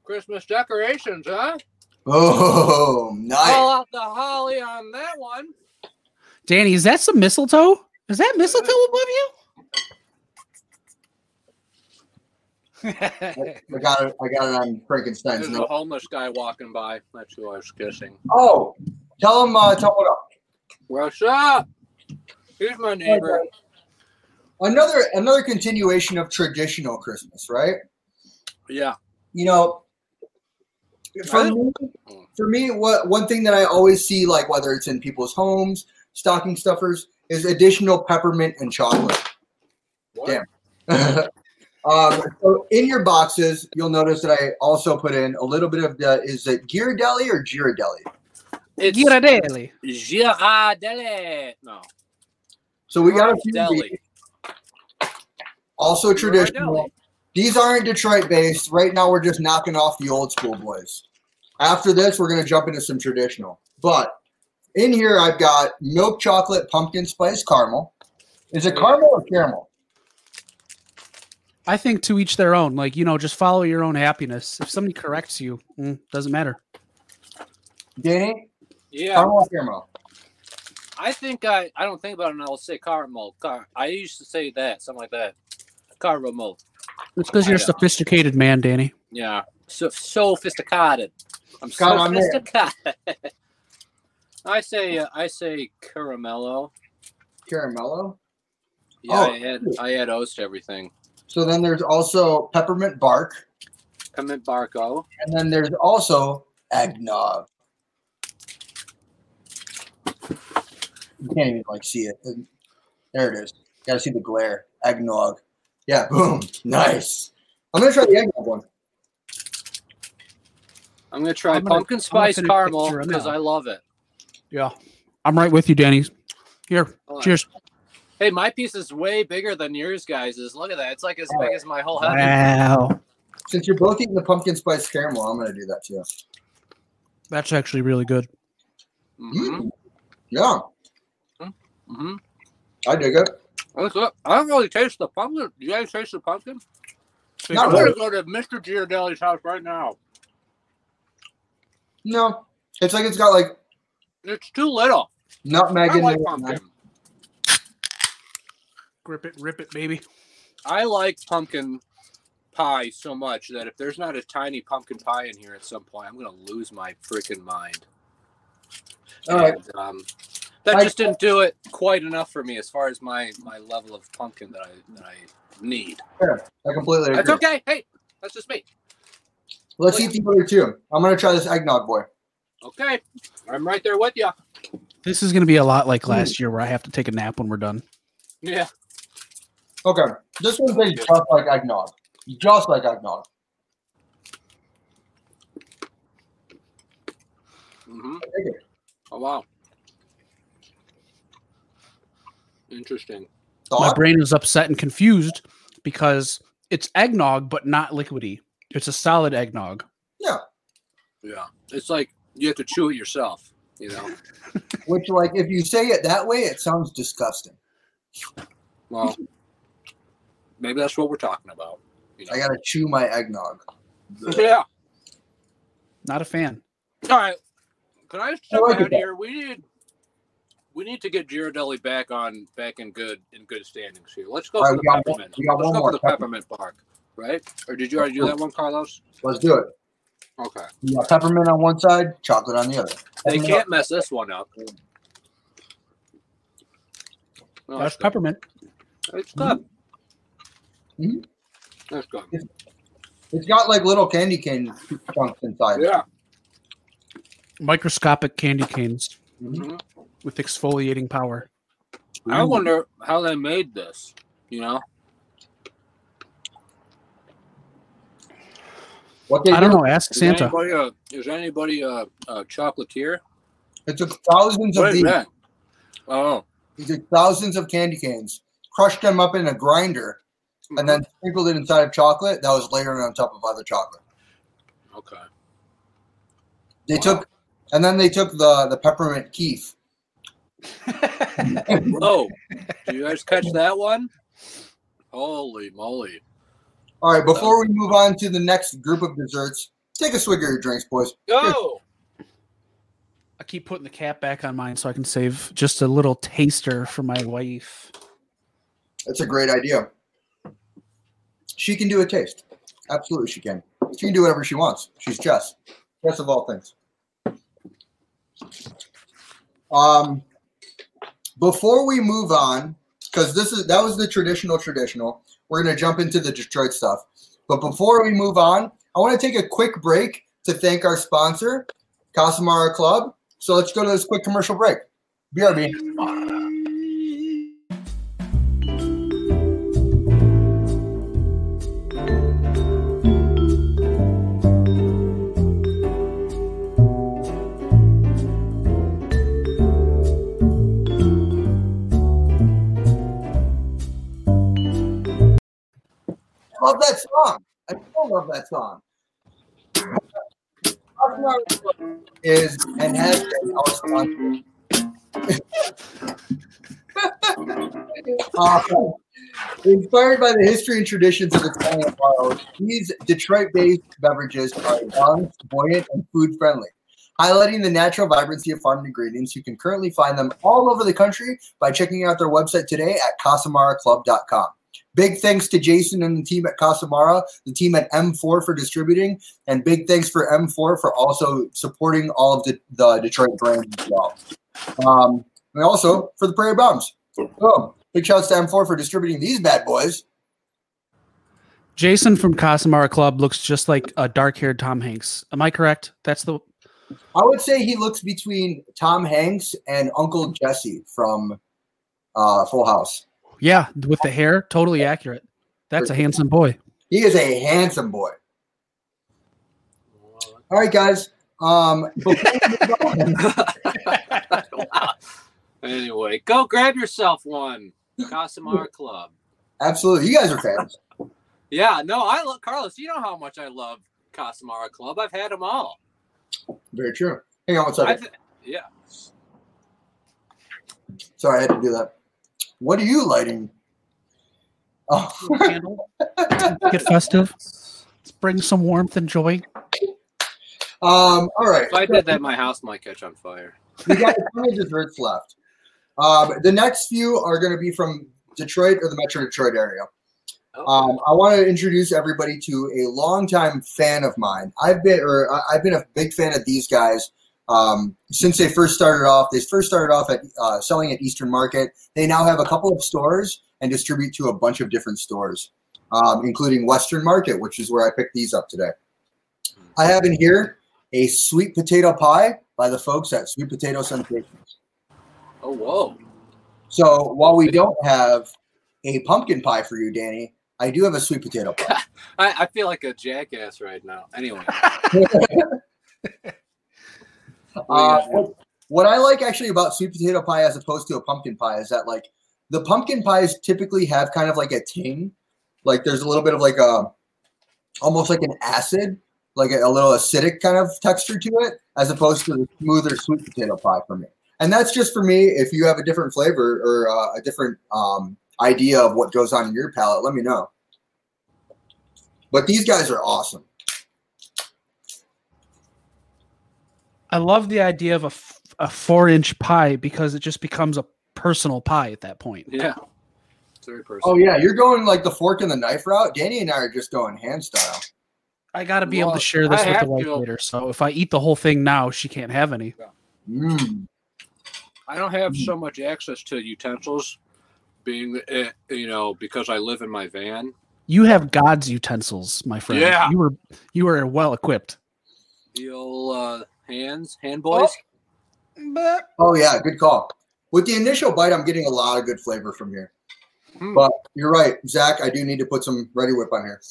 Speaker 3: Christmas decorations, huh?
Speaker 1: Oh, nice!
Speaker 3: Call out the holly on that one.
Speaker 2: Danny, is that some mistletoe? Is that mistletoe above you?
Speaker 1: I got it. I got it on Frankenstein's
Speaker 3: There's a
Speaker 1: note.
Speaker 3: homeless guy walking by. That's who I was kissing.
Speaker 1: Oh, tell him. Uh, tell him what up.
Speaker 3: What's up? Here's my neighbor.
Speaker 1: Another another continuation of traditional Christmas, right?
Speaker 3: Yeah.
Speaker 1: you know, for me, for me, what one thing that I always see, like whether it's in people's homes, stocking stuffers, is additional peppermint and chocolate.
Speaker 3: What?
Speaker 1: Damn. um, so in your boxes, you'll notice that I also put in a little bit of the is it Ghirardelli or Girardelli?
Speaker 3: It's
Speaker 2: Ghirardelli.
Speaker 3: Girardelli. No.
Speaker 1: So we got a few of these,
Speaker 3: Girardelli.
Speaker 1: also traditional.
Speaker 3: Girardelli.
Speaker 1: These aren't Detroit based. Right now, we're just knocking off the old school boys. After this, we're going to jump into some traditional. But in here, I've got milk chocolate pumpkin spice caramel. Is it caramel or caramel?
Speaker 2: I think to each their own. Like, you know, just follow your own happiness. If somebody corrects you, mm, doesn't matter.
Speaker 1: Danny,
Speaker 3: Yeah.
Speaker 1: caramel or caramel?
Speaker 3: I think I, I don't think about it and I'll say caramel. Car- I used to say that, something like that. Caramel.
Speaker 2: It's because you're a
Speaker 3: Yeah.
Speaker 2: sophisticated man, Danny.
Speaker 3: Yeah. So sophisticated. I'm
Speaker 1: Scott, I'm there.
Speaker 3: sophisticated. I say uh, I say caramello.
Speaker 1: Caramello.
Speaker 3: Yeah,
Speaker 1: Oh.
Speaker 3: I add I add O's to everything.
Speaker 1: So then there's also peppermint bark.
Speaker 3: Commit Barco.
Speaker 1: And then there's also eggnog. You can't even like see it. There it is. Gotta see the glare. Eggnog. Yeah, boom. Nice. I'm gonna try the eggnog one.
Speaker 3: I'm gonna try
Speaker 2: I'm gonna-
Speaker 3: pumpkin
Speaker 2: I'm gonna
Speaker 3: spice
Speaker 2: finish
Speaker 3: caramel
Speaker 2: picture 'em
Speaker 3: because
Speaker 2: now.
Speaker 3: I love it.
Speaker 2: Yeah. I'm right with you, Danny. Here,
Speaker 3: Hold on.
Speaker 2: cheers.
Speaker 3: Hey, my piece is way bigger than yours guys' is. Look at that. It's like as big as my whole head.
Speaker 2: Wow.
Speaker 1: Since you're both eating the pumpkin spice caramel, I'm gonna do that too.
Speaker 2: That's actually really good.
Speaker 3: Mm-hmm.
Speaker 1: Mm. Yeah,
Speaker 3: Mm-hmm.
Speaker 1: I dig it.
Speaker 3: Look, look, I don't really taste the pumpkin. You guys taste the pumpkin?
Speaker 1: Not
Speaker 3: I'm gonna
Speaker 1: really.
Speaker 3: go to Mr. Giardelli's house right now.
Speaker 1: No, it's like it's got like
Speaker 3: It's too little.
Speaker 1: nutmeg
Speaker 3: I
Speaker 1: in
Speaker 3: like
Speaker 1: there.
Speaker 3: pumpkin.
Speaker 2: Grip it, rip it, baby.
Speaker 3: I like pumpkin pie so much that if there's not a tiny pumpkin pie in here at some point, I'm gonna lose my freaking mind.
Speaker 1: All right.
Speaker 3: And, um, that
Speaker 1: I-
Speaker 3: just didn't do it quite enough for me as far as my my level of pumpkin that I that I need.
Speaker 1: I completely
Speaker 3: That's
Speaker 1: agree.
Speaker 3: okay. Hey, that's just me.
Speaker 1: Let's eat the other two. I'm gonna try this eggnog boy.
Speaker 3: Okay, I'm right there with you.
Speaker 2: This is going to be a lot like last year where I have to take a nap when we're done.
Speaker 3: Yeah.
Speaker 1: Okay, this one tastes just like eggnog, just like eggnog.
Speaker 3: Mm-hmm.
Speaker 1: dig
Speaker 3: Oh wow. Interesting.
Speaker 2: My
Speaker 1: Thought?
Speaker 2: brain is upset and confused because it's eggnog, but not liquidy. it's a solid eggnog.
Speaker 3: Yeah. It's like you have to chew it yourself, you know.
Speaker 1: Which, like, if you say it that way, it sounds disgusting.
Speaker 3: Well, maybe that's what we're talking about. You know?
Speaker 1: I gotta chew my eggnog.
Speaker 3: yeah.
Speaker 2: Not a fan.
Speaker 3: All right. Can I just
Speaker 1: I
Speaker 3: jump
Speaker 1: like it
Speaker 3: out
Speaker 1: though.
Speaker 3: here? We need we need to get Girardelli back on back in good in good standings here. Let's go
Speaker 1: All right,
Speaker 3: for
Speaker 1: we got
Speaker 3: the
Speaker 1: one-
Speaker 3: peppermint.
Speaker 1: we got
Speaker 3: Let's
Speaker 1: one
Speaker 3: go
Speaker 1: more
Speaker 3: for the
Speaker 1: peppermint.
Speaker 3: peppermint bark, right? Or did you already do that one, Carlos?
Speaker 1: Let's do it.
Speaker 3: Okay.
Speaker 1: You got peppermint on one side, chocolate on the other.
Speaker 3: They
Speaker 1: Peppermint
Speaker 3: can't mess this one up. No,
Speaker 2: That's
Speaker 3: it's
Speaker 2: peppermint.
Speaker 3: good. It's good.
Speaker 1: Mhm.
Speaker 3: That's good.
Speaker 1: on- It's got like little candy cane chunks inside.
Speaker 3: Yeah.
Speaker 2: Microscopic candy canes
Speaker 1: Mhm.
Speaker 2: with exfoliating power.
Speaker 3: I wonder how they made this. You know,
Speaker 1: What they
Speaker 2: I don't
Speaker 1: do-
Speaker 2: know. Ask
Speaker 3: is
Speaker 2: Santa.
Speaker 3: Anybody a, is anybody a, a chocolatier?
Speaker 1: It took thousands of
Speaker 3: What is
Speaker 1: these.
Speaker 3: that? Oh,
Speaker 1: He took thousands of candy canes, crushed them up in a grinder, and then sprinkled it inside of chocolate that was layered on top of other chocolate.
Speaker 3: okay.
Speaker 1: They
Speaker 3: Wow.
Speaker 1: took, and then they took the the peppermint keef.
Speaker 3: Oh, do you guys catch that one? Holy moly!
Speaker 1: All right, before we move on to the next group of desserts, take a swig of your drinks, boys.
Speaker 3: Oh,
Speaker 2: I keep putting the cap back on mine so I can save just a little taster for my wife.
Speaker 1: That's a great idea. She can do a taste. Absolutely, she can. She can do whatever she wants. She's Jess. Jess of all things. Um, before we move on, because this is that was the traditional traditional. We're gonna jump into the Detroit stuff. But before we move on, I want to take a quick break to thank our sponsor, Casamara Club. So let's go to this quick commercial break. BRB. love that song. I still love that song. Is and has been our sponsor. Uh, inspired by the history and traditions of Italian bars, these Detroit-based beverages are young, buoyant, and food-friendly, highlighting the natural vibrancy of farmed ingredients. You can currently find them all over the country by checking out their website today at CasamarClub.com. Big thanks to Jason and the team at Casamara, the team at M4 for distributing, and big thanks for M4 for also supporting all of the, the Detroit brands as well. Um, and also for the Prairie Bums. So, big shouts to M4 for distributing these bad boys.
Speaker 2: Jason from Casamara Club looks just like a dark-haired Tom Hanks. Am I correct? That's the
Speaker 1: I would say he looks between Tom Hanks and Uncle Jesse from uh, Full House.
Speaker 2: yeah, with the hair, totally accurate. That's a handsome boy.
Speaker 1: He is a handsome boy. All right, guys. Um, before we move on-
Speaker 3: anyway, go grab yourself one. Casamara Club.
Speaker 1: absolutely, you guys are fans.
Speaker 3: Yeah, no, I love Carlos. You know how much I love Casamara Club. I've had them all.
Speaker 1: Very true. Hang on one second.
Speaker 3: I've, yeah,
Speaker 1: Sorry, I had to do that. What are you lighting? Oh,
Speaker 2: Get festive. Let's bring some warmth and joy.
Speaker 1: um, all right.
Speaker 3: if I did that, my house might catch on fire.
Speaker 1: We got a ton of desserts left. Um, the next few are going to be from Detroit or the Metro Detroit area. Um, I want to introduce everybody to a longtime fan of mine. I've been, or I- I've been a big fan of these guys um, since they first started off. They first started off at uh, selling at Eastern Market. They now have a couple of stores and distribute to a bunch of different stores, um, including Western Market, which is where I picked these up today. I have in here a sweet potato pie by the folks at Sweet Potato Sensations.
Speaker 3: Oh, whoa.
Speaker 1: So while we don't have a pumpkin pie for you, Danny, I do have a sweet potato pie.
Speaker 3: I, I feel like a jackass right now. Anyway.
Speaker 1: Uh, what- what I like actually about sweet potato pie as opposed to a pumpkin pie is that like the pumpkin pies typically have kind of like a ting, like there's a little bit of like a almost like an acid, like a, a little acidic kind of texture to it, as opposed to the smoother sweet potato pie for me. And that's just for me. If you have a different flavor or uh, a different um, idea of what goes on in your palate, let me know. But these guys are awesome.
Speaker 2: I love the idea of a, f- a four inch pie because it just becomes a personal pie at that point.
Speaker 3: Yeah. It's very personal.
Speaker 1: Oh yeah, you're going like the fork and the knife route. Danny and I are just going hand style.
Speaker 2: I got to be able
Speaker 3: Well,
Speaker 2: to share this
Speaker 3: I
Speaker 2: with the
Speaker 3: have
Speaker 2: wife
Speaker 3: to.
Speaker 2: later. So if I eat the whole thing now, she can't have any.
Speaker 1: Mm.
Speaker 3: I don't have
Speaker 2: mm-hmm.
Speaker 3: so much access to utensils, being eh, you know because I live in my van.
Speaker 2: You have God's utensils, my friend.
Speaker 3: Yeah.
Speaker 2: You were you were well equipped.
Speaker 3: The old uh, hands, hand boys.
Speaker 2: But
Speaker 1: Oh yeah, good call. With the initial bite, I'm getting a lot of good flavor from here.
Speaker 3: Hmm.
Speaker 1: But you're right, Zach. I do need to put some ready whip on here.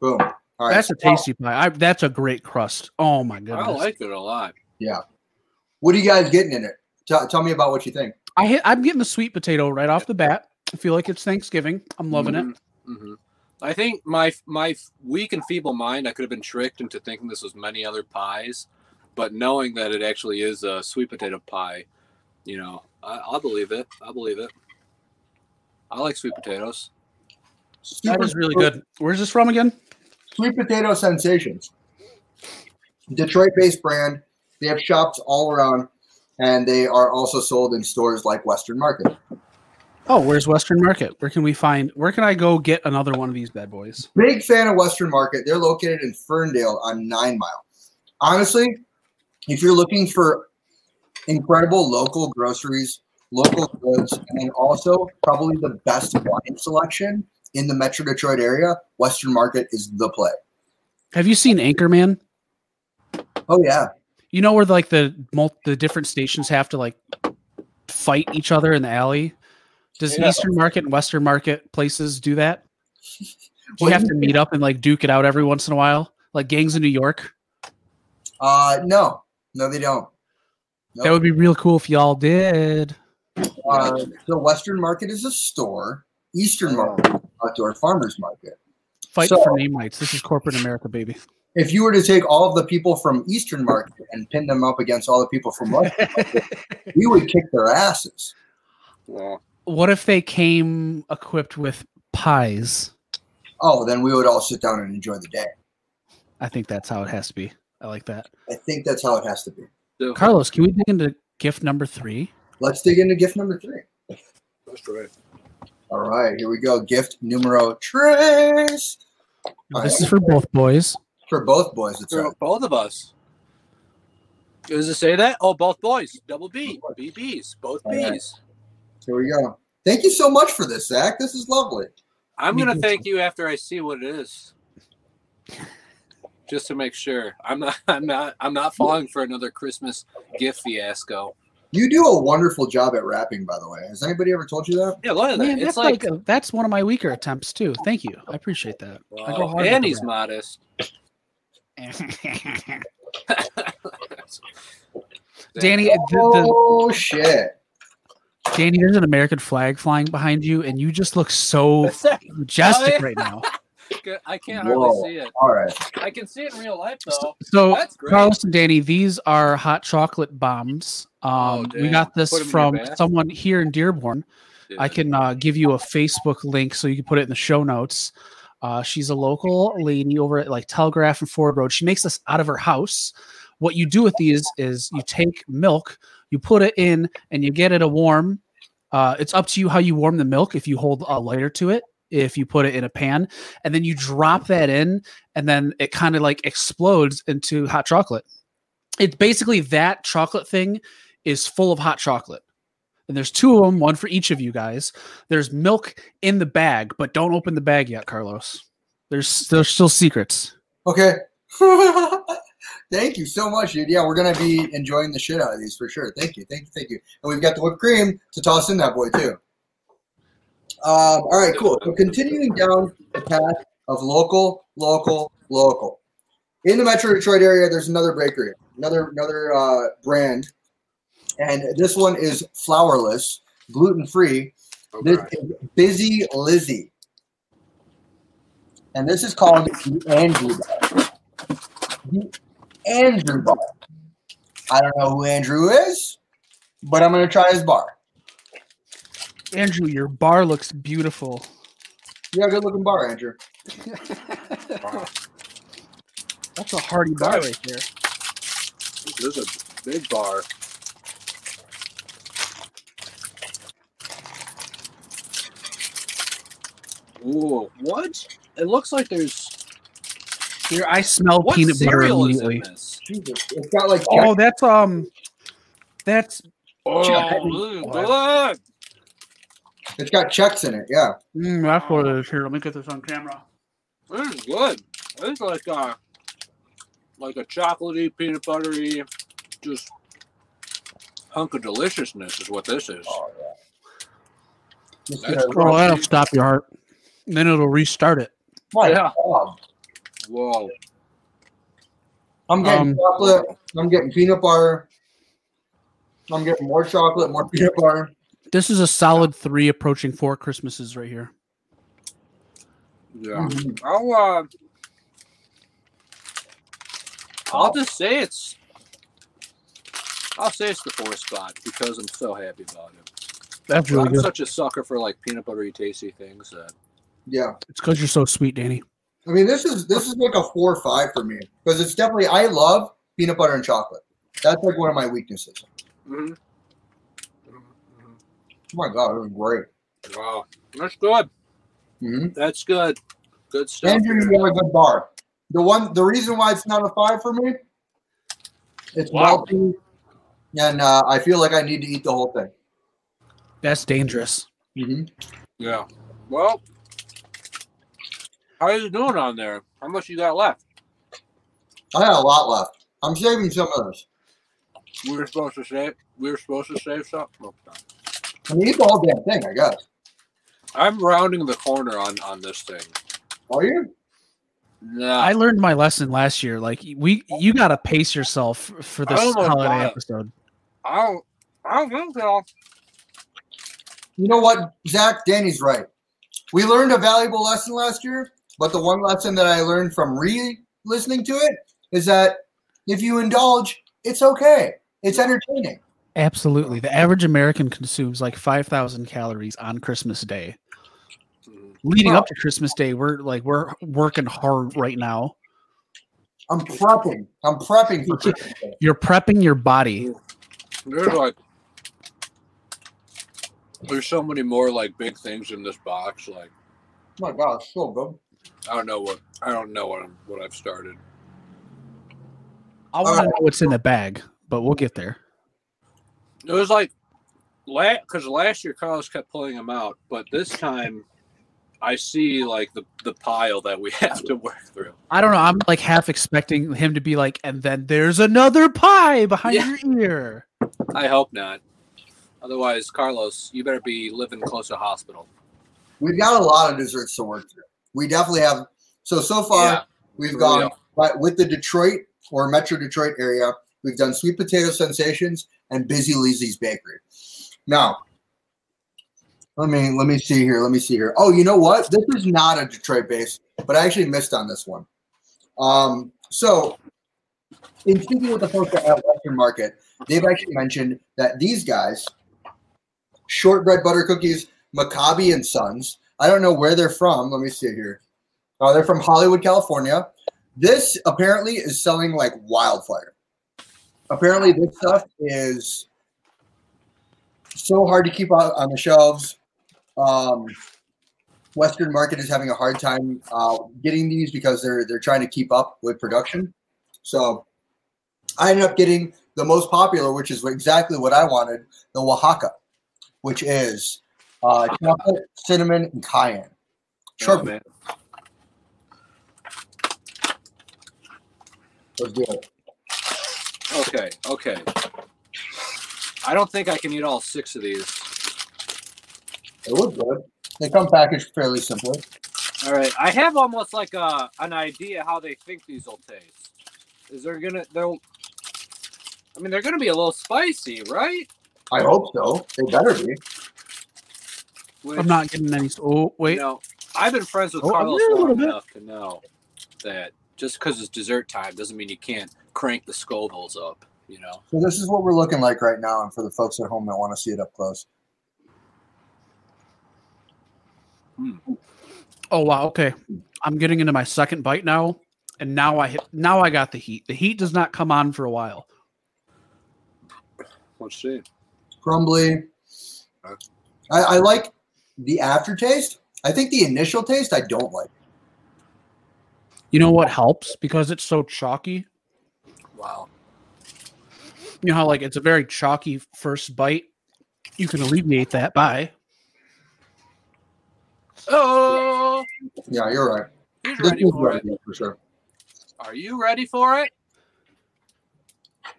Speaker 1: Boom. All right.
Speaker 2: that's a tasty pie. I, that's a great crust. Oh my goodness.
Speaker 3: I like it a lot.
Speaker 1: What are you guys getting in it? Tell tell me about what you think.
Speaker 2: I hit, I'm getting the sweet potato right off the bat. I feel like it's Thanksgiving. I'm loving it.
Speaker 3: hmm I think my my weak and feeble mind, I could have been tricked into thinking this was many other pies, but knowing that it actually is a sweet potato pie, you know, I, I'll believe it. I'll believe it. I like sweet potatoes.
Speaker 2: That is really good. Where's this from again?
Speaker 1: Sweet potato sensations. Detroit-based brand. They have shops all around, and they are also sold in stores like Western Market.
Speaker 2: Oh, where's Western Market? Where can we find? Where can I go get another one of these bad boys?
Speaker 1: Big fan of Western Market. They're located in Ferndale on Nine Mile. Honestly, if you're looking for incredible local groceries, local goods, and then also probably the best wine selection in the Metro Detroit area, Western Market is the play.
Speaker 2: Have you seen Anchorman?
Speaker 1: Oh yeah,
Speaker 2: You know where like the mul- the different stations have to like fight each other in the alley. Does
Speaker 3: Yeah.
Speaker 2: Eastern Market and Western Market places do that? Do you
Speaker 1: Well,
Speaker 2: have
Speaker 1: you-
Speaker 2: to meet up and like duke it out every once in a while, like gangs in New York?
Speaker 1: uh, no, no, they don't.
Speaker 2: That would be real cool if y'all did.
Speaker 1: Uh, the Western Market is a store. Eastern Market, is an outdoor farmers market.
Speaker 2: Fight
Speaker 1: So-
Speaker 2: for name rights. This is corporate America, baby.
Speaker 1: If you were to take all of the people from Eastern Market and pin them up against all the people from Western. we would kick their asses.
Speaker 3: Well,
Speaker 2: What if they came equipped with pies?
Speaker 1: Oh, then we would all sit down and enjoy the day.
Speaker 2: I think that's how it has to be. I like that.
Speaker 1: I think that's how it has to be.
Speaker 3: so-
Speaker 2: Carlos, can we dig into gift number three?
Speaker 1: Let's dig into gift number three.
Speaker 3: that's right.
Speaker 1: All right, here we go. Gift numero tres All
Speaker 2: this
Speaker 1: right.
Speaker 2: is for both boys.
Speaker 1: for both boys. It's
Speaker 3: For
Speaker 1: right.
Speaker 3: both of us. Does it say that? Oh, both boys. Double B. BBs. Both
Speaker 1: All right.
Speaker 3: Bs.
Speaker 1: Here we go. Thank you so much for this, Zach. This is lovely.
Speaker 3: I'm
Speaker 2: Me
Speaker 3: gonna
Speaker 2: too.
Speaker 3: thank you after I see what it is. Just to make sure. I'm not I'm not I'm not falling for another Christmas gift fiasco.
Speaker 1: You do a wonderful job at rapping, by the way. Has anybody ever told you that?
Speaker 3: Yeah, look at that.
Speaker 2: Man,
Speaker 3: it's
Speaker 2: that's
Speaker 3: like,
Speaker 2: like, a- that's one of my weaker attempts too. Thank you. I appreciate that. I go
Speaker 3: wow.
Speaker 2: hard with
Speaker 3: and
Speaker 2: the
Speaker 3: he's
Speaker 2: rap.
Speaker 3: modest.
Speaker 2: Danny, the, the,
Speaker 1: Oh shit!
Speaker 2: Danny, there's an American flag flying behind you, and you just look so majestic right now.
Speaker 3: I can't
Speaker 1: Whoa.
Speaker 3: hardly see it.
Speaker 1: All right.
Speaker 3: I can see it in real life though.
Speaker 2: So,
Speaker 3: That's great.
Speaker 2: Carlos and Danny, these are hot chocolate bombs. Um, we
Speaker 3: Oh, damn.
Speaker 2: got this
Speaker 3: Put 'em in your
Speaker 2: from
Speaker 3: bag.
Speaker 2: someone here in Dearborn. I can uh, give you a Facebook link so you can put it in the show notes. Uh, she's a local lady over at like Telegraph and Ford Road. She makes this out of her house. What you do with these is you take milk, you put it in, and you get it a warm. Uh, it's up to you how you warm the milk. If you hold a lighter to it, if you put it in a pan, and then you drop that in, and then it kind of like explodes into hot chocolate. It's basically that chocolate thing is full of hot chocolate. And there's two of them, one for each of you guys. There's milk in the bag, but don't open the bag yet, Carlos. There's there's still secrets.
Speaker 1: Okay. thank you so much, dude. Yeah, we're gonna be enjoying the shit out of these for sure. Thank you, thank you, thank you. And we've got the whipped cream to toss in that boy too. Um, all right, cool. So continuing down the path of local, local, local. In the Metro Detroit area, there's another bakery, another another uh, brand, and this one is flourless, gluten free. This is Busy Lizzie. and this is called the Andrew Bar. The Andrew Bar. I don't know who Andrew is, but I'm gonna try his bar.
Speaker 2: Andrew, your bar looks beautiful.
Speaker 1: You got a good looking bar, Andrew.
Speaker 2: That's a hearty bar right there.
Speaker 3: This is a big bar. Ooh, what? It looks like there's
Speaker 2: Here, I smell
Speaker 3: what
Speaker 2: Oh, peanut butter
Speaker 3: cereal is in
Speaker 2: immediately.
Speaker 3: this?
Speaker 1: Jesus, it's got like
Speaker 2: Oh, that's um, that's
Speaker 3: Oh,
Speaker 2: Chocolate.
Speaker 3: good.
Speaker 1: it's got checks in it. Yeah.
Speaker 2: mm, that's what it is. Here, let me get this on camera.
Speaker 3: This is good. It's like a like a chocolatey, peanut buttery, just hunk of deliciousness is what this is.
Speaker 1: Oh yeah. Just
Speaker 3: That's
Speaker 1: gonna-
Speaker 2: Oh, that'll stop your heart. Then it'll restart it.
Speaker 1: my
Speaker 3: yeah.
Speaker 1: God.
Speaker 3: Whoa.
Speaker 1: I'm getting
Speaker 2: Um,
Speaker 1: chocolate. I'm getting peanut butter. I'm getting more chocolate, more peanut butter.
Speaker 2: This is a solid three, approaching four Christmases right here.
Speaker 3: Yeah. I'll uh, I'll just say it's I'll say it's the fourth spot because I'm so happy about it.
Speaker 2: That's really
Speaker 3: I'm
Speaker 2: good.
Speaker 3: such a sucker for like peanut buttery tasty things that
Speaker 1: Yeah.
Speaker 2: It's because you're so sweet, Danny.
Speaker 1: I mean, this is this is like a four or five for me because it's definitely I love peanut butter and chocolate. That's like one of my weaknesses.
Speaker 3: Mhm.
Speaker 1: Oh my god, it was great.
Speaker 3: Mm-hmm. wow. That's good.
Speaker 1: hmm
Speaker 3: That's good. Good stuff.
Speaker 1: Andrew, you got a good bar. The one, the reason why it's not a five for me, it's
Speaker 3: Wow.
Speaker 1: melty, and uh, I feel like I need to eat the whole thing.
Speaker 2: That's dangerous.
Speaker 1: Mm-hmm.
Speaker 3: Yeah. Well, how are you doing on there? How much you got left?
Speaker 1: I got a lot left. I'm saving some of this.
Speaker 3: We were supposed to save. We were supposed to save something. Okay.
Speaker 1: I mean, eat the whole damn thing, I guess.
Speaker 3: I'm rounding the corner on on this thing.
Speaker 1: Are you?
Speaker 3: Nah.
Speaker 2: I learned my lesson last year. Like we, you gotta pace yourself for this
Speaker 3: I almost
Speaker 2: holiday
Speaker 3: bought it.
Speaker 2: episode.
Speaker 3: I don't, I don't think so.
Speaker 1: You know what, Zach? Danny's right. We learned a valuable lesson last year, but the one lesson that I learned from re-listening to it is that if you indulge, it's okay. It's entertaining.
Speaker 2: Absolutely, the average American consumes like five thousand calories on Christmas Day. Leading up to Christmas Day, we're like we're working hard right now.
Speaker 1: I'm prepping. I'm prepping for Oh Christmas. Day.
Speaker 2: You're prepping your body.
Speaker 3: There's like, there's so many more like big things in this box. Like,
Speaker 1: Oh my god, it's so good.
Speaker 3: I don't know what, I don't know what I'm, what I've started.
Speaker 2: I want to know what's in the bag, but we'll get there.
Speaker 3: It was like, la because last year Carlos kept pulling them out, but this time I see like the the pile that we have to work through.
Speaker 2: I don't know. I'm like half expecting him to be like, and then there's another pie behind
Speaker 3: Yeah.
Speaker 2: your ear.
Speaker 3: I hope not. Otherwise, Carlos, you better be living close to hospital.
Speaker 1: We've got a lot of desserts to work through. We definitely have. So so far, we've gone
Speaker 3: Yeah.
Speaker 1: but with the Detroit or Metro Detroit area. We've done Sweet Potato Sensations and Busy Leesy's Bakery. Now, let me let me see here. Let me see here. Oh, you know what? This is not a Detroit base, but I actually missed on this one. Um, so, in speaking with the folks at Western Market, they've actually mentioned that these guys, shortbread butter cookies, Maccabi and Sons. I don't know where they're from. Let me see here. Oh, they're from Hollywood, California. This apparently is selling like wildfire. Apparently, this stuff is so hard to keep out on the shelves. Um, Western market is having a hard time uh, getting these because they're they're trying to keep up with production. So I ended up getting the most popular, which is exactly what I wanted, the Oaxaca, which is uh, chocolate, cinnamon, and cayenne.
Speaker 3: Sure,
Speaker 1: Sure,
Speaker 3: Oh, man.
Speaker 1: let's do it.
Speaker 3: Okay, okay. I don't think I can eat all six of these.
Speaker 1: It was good. They come packaged fairly simply.
Speaker 3: All right, I have almost like a an idea how they think these will taste. Is they're gonna they'll. I mean, they're gonna be a little spicy, right?
Speaker 1: I hope so. They better be.
Speaker 3: Which,
Speaker 2: I'm not getting any. Oh wait,
Speaker 3: No, I've been friends with
Speaker 2: Oh, a
Speaker 3: Carlos
Speaker 2: little
Speaker 3: long
Speaker 2: bit.
Speaker 3: enough to know that just because it's dessert time doesn't mean you can't crank the Scovilles up. You know,
Speaker 1: So this is what we're looking like right now, and for the folks at home that want to see it up close.
Speaker 2: Oh wow, okay. I'm getting into my second bite now, and now I hit, now I got the heat. The heat does not come on for a while.
Speaker 3: let's see.
Speaker 1: Crumbly. I, I like the aftertaste. I think the initial taste I don't like.
Speaker 2: You know what helps because it's so chalky.
Speaker 3: Wow.
Speaker 2: You know how like it's a very chalky first bite. You can alleviate that by
Speaker 3: Oh,
Speaker 1: Yeah, you're right.
Speaker 3: he's
Speaker 1: This
Speaker 3: ready
Speaker 1: is
Speaker 3: for
Speaker 1: right,
Speaker 3: it.
Speaker 1: yeah, for sure.
Speaker 3: Are you ready for it?
Speaker 2: are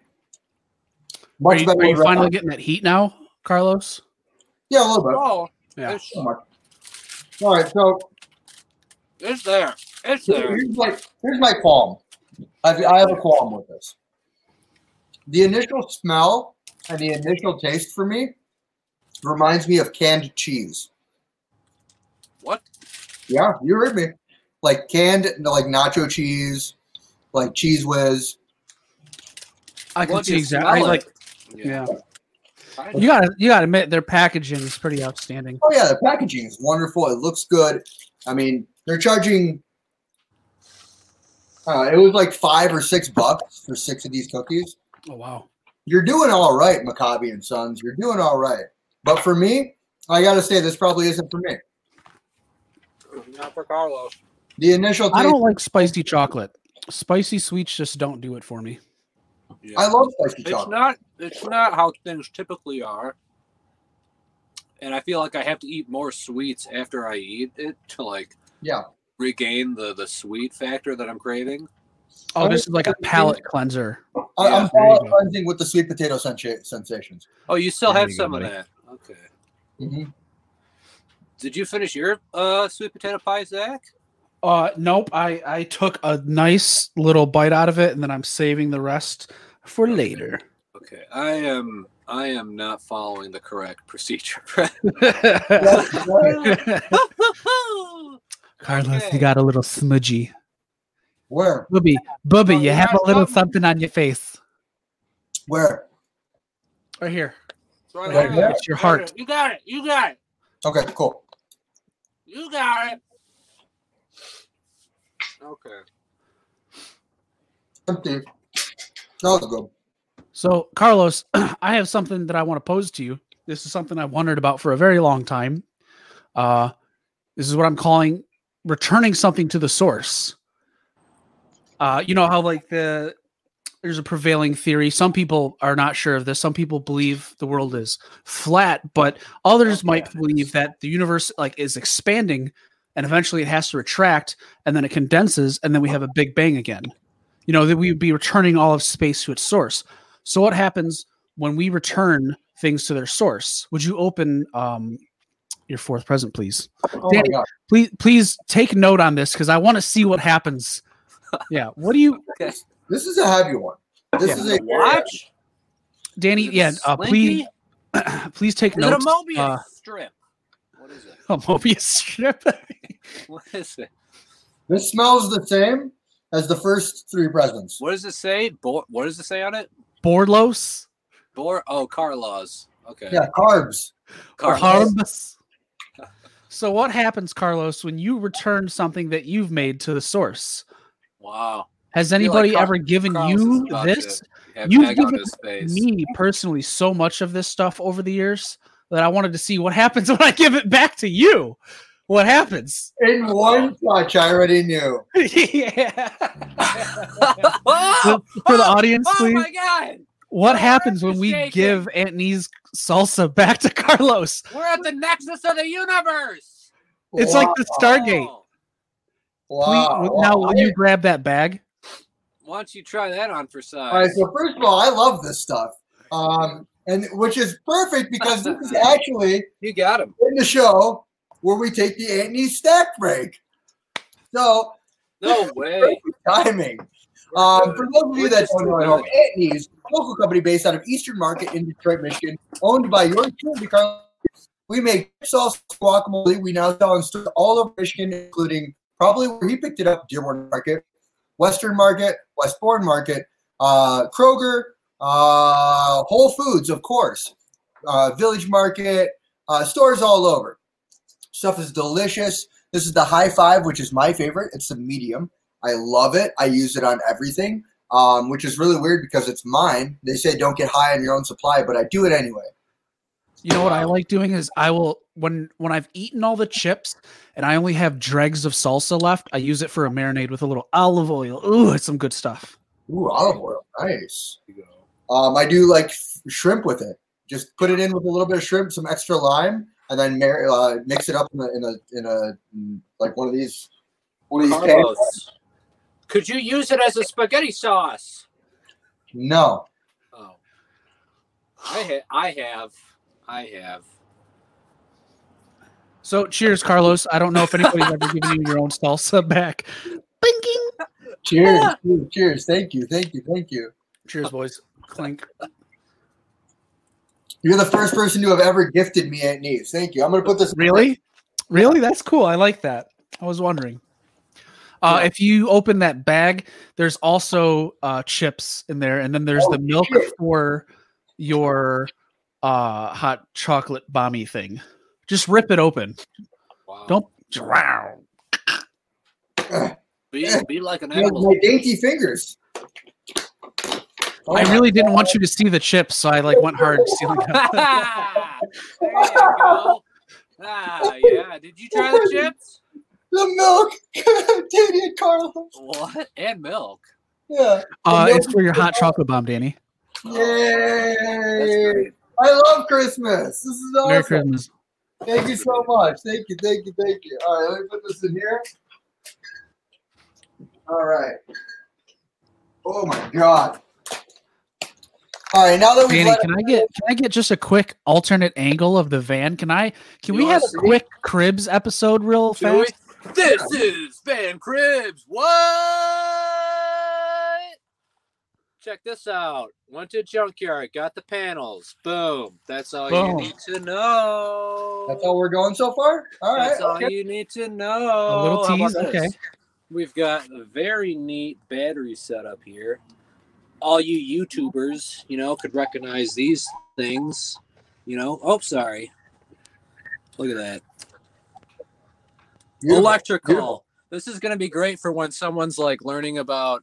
Speaker 1: Much
Speaker 2: you,
Speaker 1: better.
Speaker 2: are you
Speaker 1: than red
Speaker 2: finally
Speaker 1: eye.
Speaker 2: getting that heat now, Carlos?
Speaker 1: Yeah, a little bit.
Speaker 3: Oh,
Speaker 2: Yeah.
Speaker 3: it's,
Speaker 1: Not much. All right, so
Speaker 3: it's there. It's there.
Speaker 1: here's my here's my qualm. I've, I have a qualm with this. The initial smell and the initial taste for me reminds me of canned cheese.
Speaker 3: What?
Speaker 1: Yeah, you heard me. Like canned, like nacho cheese, like cheese whiz.
Speaker 2: I can
Speaker 3: Once
Speaker 2: see
Speaker 3: you
Speaker 2: exactly.
Speaker 3: smell it,
Speaker 2: Like, yeah, you gotta you gotta admit their packaging is pretty outstanding.
Speaker 1: Oh yeah, the packaging is wonderful. It looks good. I mean, they're charging. Uh, it was like five or six bucks for six of these cookies.
Speaker 2: Oh wow.
Speaker 1: you're doing all right, Maccabi and Sons. You're doing all right. But for me, I got to say, this probably isn't for me.
Speaker 3: Not for Carlos.
Speaker 1: The initial taste,
Speaker 2: I
Speaker 1: I,
Speaker 2: don't like spicy chocolate. Spicy sweets just don't do it for me.
Speaker 3: Yeah.
Speaker 1: love spicy
Speaker 3: It's
Speaker 1: chocolate.
Speaker 3: not. It's not how things typically are. And I feel like I have to eat more sweets after I eat it to like
Speaker 1: yeah.
Speaker 3: regain the the sweet factor that I'm craving.
Speaker 2: Oh, this is like a palate cleanser.
Speaker 1: I, I'm
Speaker 3: Yeah,
Speaker 2: there you
Speaker 1: palate
Speaker 2: go.
Speaker 1: cleansing with the sweet potato sensa- sensations.
Speaker 3: Oh, you still
Speaker 2: There
Speaker 3: have
Speaker 2: you go,
Speaker 3: some of
Speaker 2: buddy.
Speaker 3: that. Okay.
Speaker 1: hmm
Speaker 2: Mm-hmm.
Speaker 3: Did you finish your uh, sweet potato pie, Zach?
Speaker 2: Uh, nope. I I took a nice little bite out of it, and then I'm saving the rest for later.
Speaker 3: Okay. I am. I am not following the correct procedure.
Speaker 1: That's right.
Speaker 2: Carlos,
Speaker 3: Okay.
Speaker 2: you got a little smudgy.
Speaker 1: Where?
Speaker 2: Booby, Booby,
Speaker 3: Oh,
Speaker 2: you
Speaker 3: you
Speaker 2: have
Speaker 3: got
Speaker 2: a little
Speaker 3: something.
Speaker 2: something on your face.
Speaker 1: Where?
Speaker 2: Right here.
Speaker 3: It's right
Speaker 1: Right
Speaker 3: there.
Speaker 1: there.
Speaker 2: It's your heart.
Speaker 3: You got it. You got it.
Speaker 1: Okay, cool.
Speaker 3: You got it. Okay.
Speaker 1: Empty. That was good.
Speaker 2: So, Carlos, I have something that I want to pose to you. This is something I wondered about for a very long time. Uh, this is what I'm calling returning something to the source. Uh, you know how like the there's a prevailing theory. Some people are not sure of this. Some people believe the world is flat, but others might believe that the universe like is expanding, and eventually it has to retract, and then it condenses, and then we have a big bang again. You know that we would be returning all of space to its source. So what happens when we return things to their source? Would you open um, your fourth present, please?
Speaker 1: Oh
Speaker 2: Danny.
Speaker 1: my god.
Speaker 2: Please, please take note on this because I want to see what happens. Yeah. What do you,
Speaker 1: This is a heavy one. This
Speaker 2: Yeah.
Speaker 1: is a
Speaker 3: Watch.
Speaker 2: Danny?
Speaker 3: Is it a
Speaker 2: Yeah. Uh, please,
Speaker 3: slinky?
Speaker 2: please take
Speaker 3: Is it a
Speaker 2: note.
Speaker 3: Mobius
Speaker 2: uh,
Speaker 3: strip? What is it?
Speaker 2: a Mobius strip.
Speaker 3: What is it?
Speaker 1: this smells the same as the first three presents.
Speaker 3: What does it say? Bo- what does it say on it?
Speaker 2: Borlos.
Speaker 3: Bor. Oh, Carlos. Okay.
Speaker 1: Yeah, carbs.
Speaker 3: Carlos.
Speaker 2: Carbs. So what happens, Carlos, when you return something that you've made to the source?
Speaker 3: Wow.
Speaker 2: Has
Speaker 3: feel like
Speaker 2: anybody
Speaker 3: Car-
Speaker 2: ever given
Speaker 3: Carlos is
Speaker 2: you
Speaker 3: about
Speaker 2: this?
Speaker 3: to have
Speaker 2: You've
Speaker 3: egg on
Speaker 2: given
Speaker 3: his face.
Speaker 2: Me personally, so much of this stuff over the years that I wanted to see what happens when I give it back to you. What happens?
Speaker 1: In one touch, I already knew.
Speaker 2: yeah.
Speaker 3: oh,
Speaker 2: For the audience,
Speaker 3: oh
Speaker 2: please.
Speaker 3: my god!
Speaker 2: What
Speaker 3: We're
Speaker 2: happens when we
Speaker 3: shaking.
Speaker 2: give Aunt Nee's salsa back to Carlos?
Speaker 3: We're at the nexus of the universe.
Speaker 2: It's like the Stargate.
Speaker 3: Oh,
Speaker 2: Please- now, will you grab that bag?
Speaker 3: why don't you try that on for size?
Speaker 1: All right. So first of all, I love this stuff, um, and which is perfect because this is actually
Speaker 3: You got him.
Speaker 1: in the show where we take the Anthony stack break. So
Speaker 3: No way.
Speaker 1: timing. Um, for those of you
Speaker 3: We're
Speaker 1: that
Speaker 3: just
Speaker 1: don't know at
Speaker 3: good.
Speaker 1: home, Antony's, local company based out of Eastern Market in Detroit, Michigan, owned by yours truly, Carl. We make sauce guacamole. We now sell in stores all over Michigan, including probably where he picked it up, Dearborn Market, Western Market, Westbourne Market, uh, Kroger, uh, Whole Foods, of course, uh, Village Market, uh, stores all over. Stuff is delicious. This is the high five, which is my favorite. It's a medium. I love it. I use it on everything, um, which is really weird because it's mine. They say don't get high on your own supply, but I do it anyway.
Speaker 2: You know what I like doing is I will when when I've eaten all the chips and I only have dregs of salsa left, I use it for a marinade with a little olive oil. Ooh, it's some good stuff.
Speaker 1: Ooh, olive oil, nice. Um, I do like f- shrimp with it. Just put it in with a little bit of shrimp, some extra lime, and then mar- uh, mix it up in a, in a in a like one of these one of these pans.
Speaker 3: Carlos, could you use it as a spaghetti sauce?
Speaker 1: No,
Speaker 3: Oh, I ha- I have, I have.
Speaker 2: So cheers, Carlos. I don't know if anybody's ever given you your own salsa back. Blinking.
Speaker 1: cheers, cheers, cheers. Thank you, thank you, thank you.
Speaker 2: Cheers, boys. Clink.
Speaker 1: You're the first person to have ever gifted me at Neves. Thank you. I'm gonna put this
Speaker 2: Really? Really? That's cool. I like that. I was wondering. Uh, If you open that bag, there's also uh, chips in there, and then there's the milk
Speaker 1: Oh, shit.
Speaker 2: for your uh, hot chocolate bomby thing. Just rip it open.
Speaker 3: Wow.
Speaker 2: Don't drown.
Speaker 3: be, be like an
Speaker 1: You know,
Speaker 3: animal.
Speaker 1: my dainty fingers. Oh
Speaker 2: I really didn't want you to see the chips, so I like went hard stealing them.
Speaker 3: Ah, there you go. Ah, yeah. Did you try the chips?
Speaker 1: the milk, Danny and Carlos.
Speaker 3: What? And milk.
Speaker 1: Yeah,
Speaker 2: Uh, it's for your hot chocolate bomb, Danny.
Speaker 3: That's
Speaker 1: yay!
Speaker 3: great.
Speaker 1: I love Christmas. This is awesome.
Speaker 2: Merry Christmas.
Speaker 1: Thank you so much. Thank you, thank you, thank you. All right, let me put this in here. All right. Oh my god. All right, now that we've
Speaker 2: Danny,
Speaker 1: let
Speaker 2: can I get can I get just a quick alternate angle of the van? Can I can
Speaker 3: You
Speaker 2: we
Speaker 3: wanna
Speaker 2: have
Speaker 3: see?
Speaker 2: a quick cribs episode real
Speaker 3: Do
Speaker 2: fast?
Speaker 3: it. This is Van Cribs. What? Check this out. Went to junkyard, got the panels. Boom. That's all
Speaker 2: Boom.
Speaker 3: you need to know.
Speaker 1: that's all we're going so far. All right,
Speaker 3: That's all
Speaker 1: okay.
Speaker 3: you need to know.
Speaker 2: A little
Speaker 3: Oh, How about
Speaker 2: tease, okay.
Speaker 3: this? We've got a very neat battery setup here. All you YouTubers, you know, could recognize these things. You know, oh, sorry. Look at that.
Speaker 1: Beautiful.
Speaker 3: Electrical.
Speaker 1: Beautiful.
Speaker 3: This is going to be great for when someone's like learning about,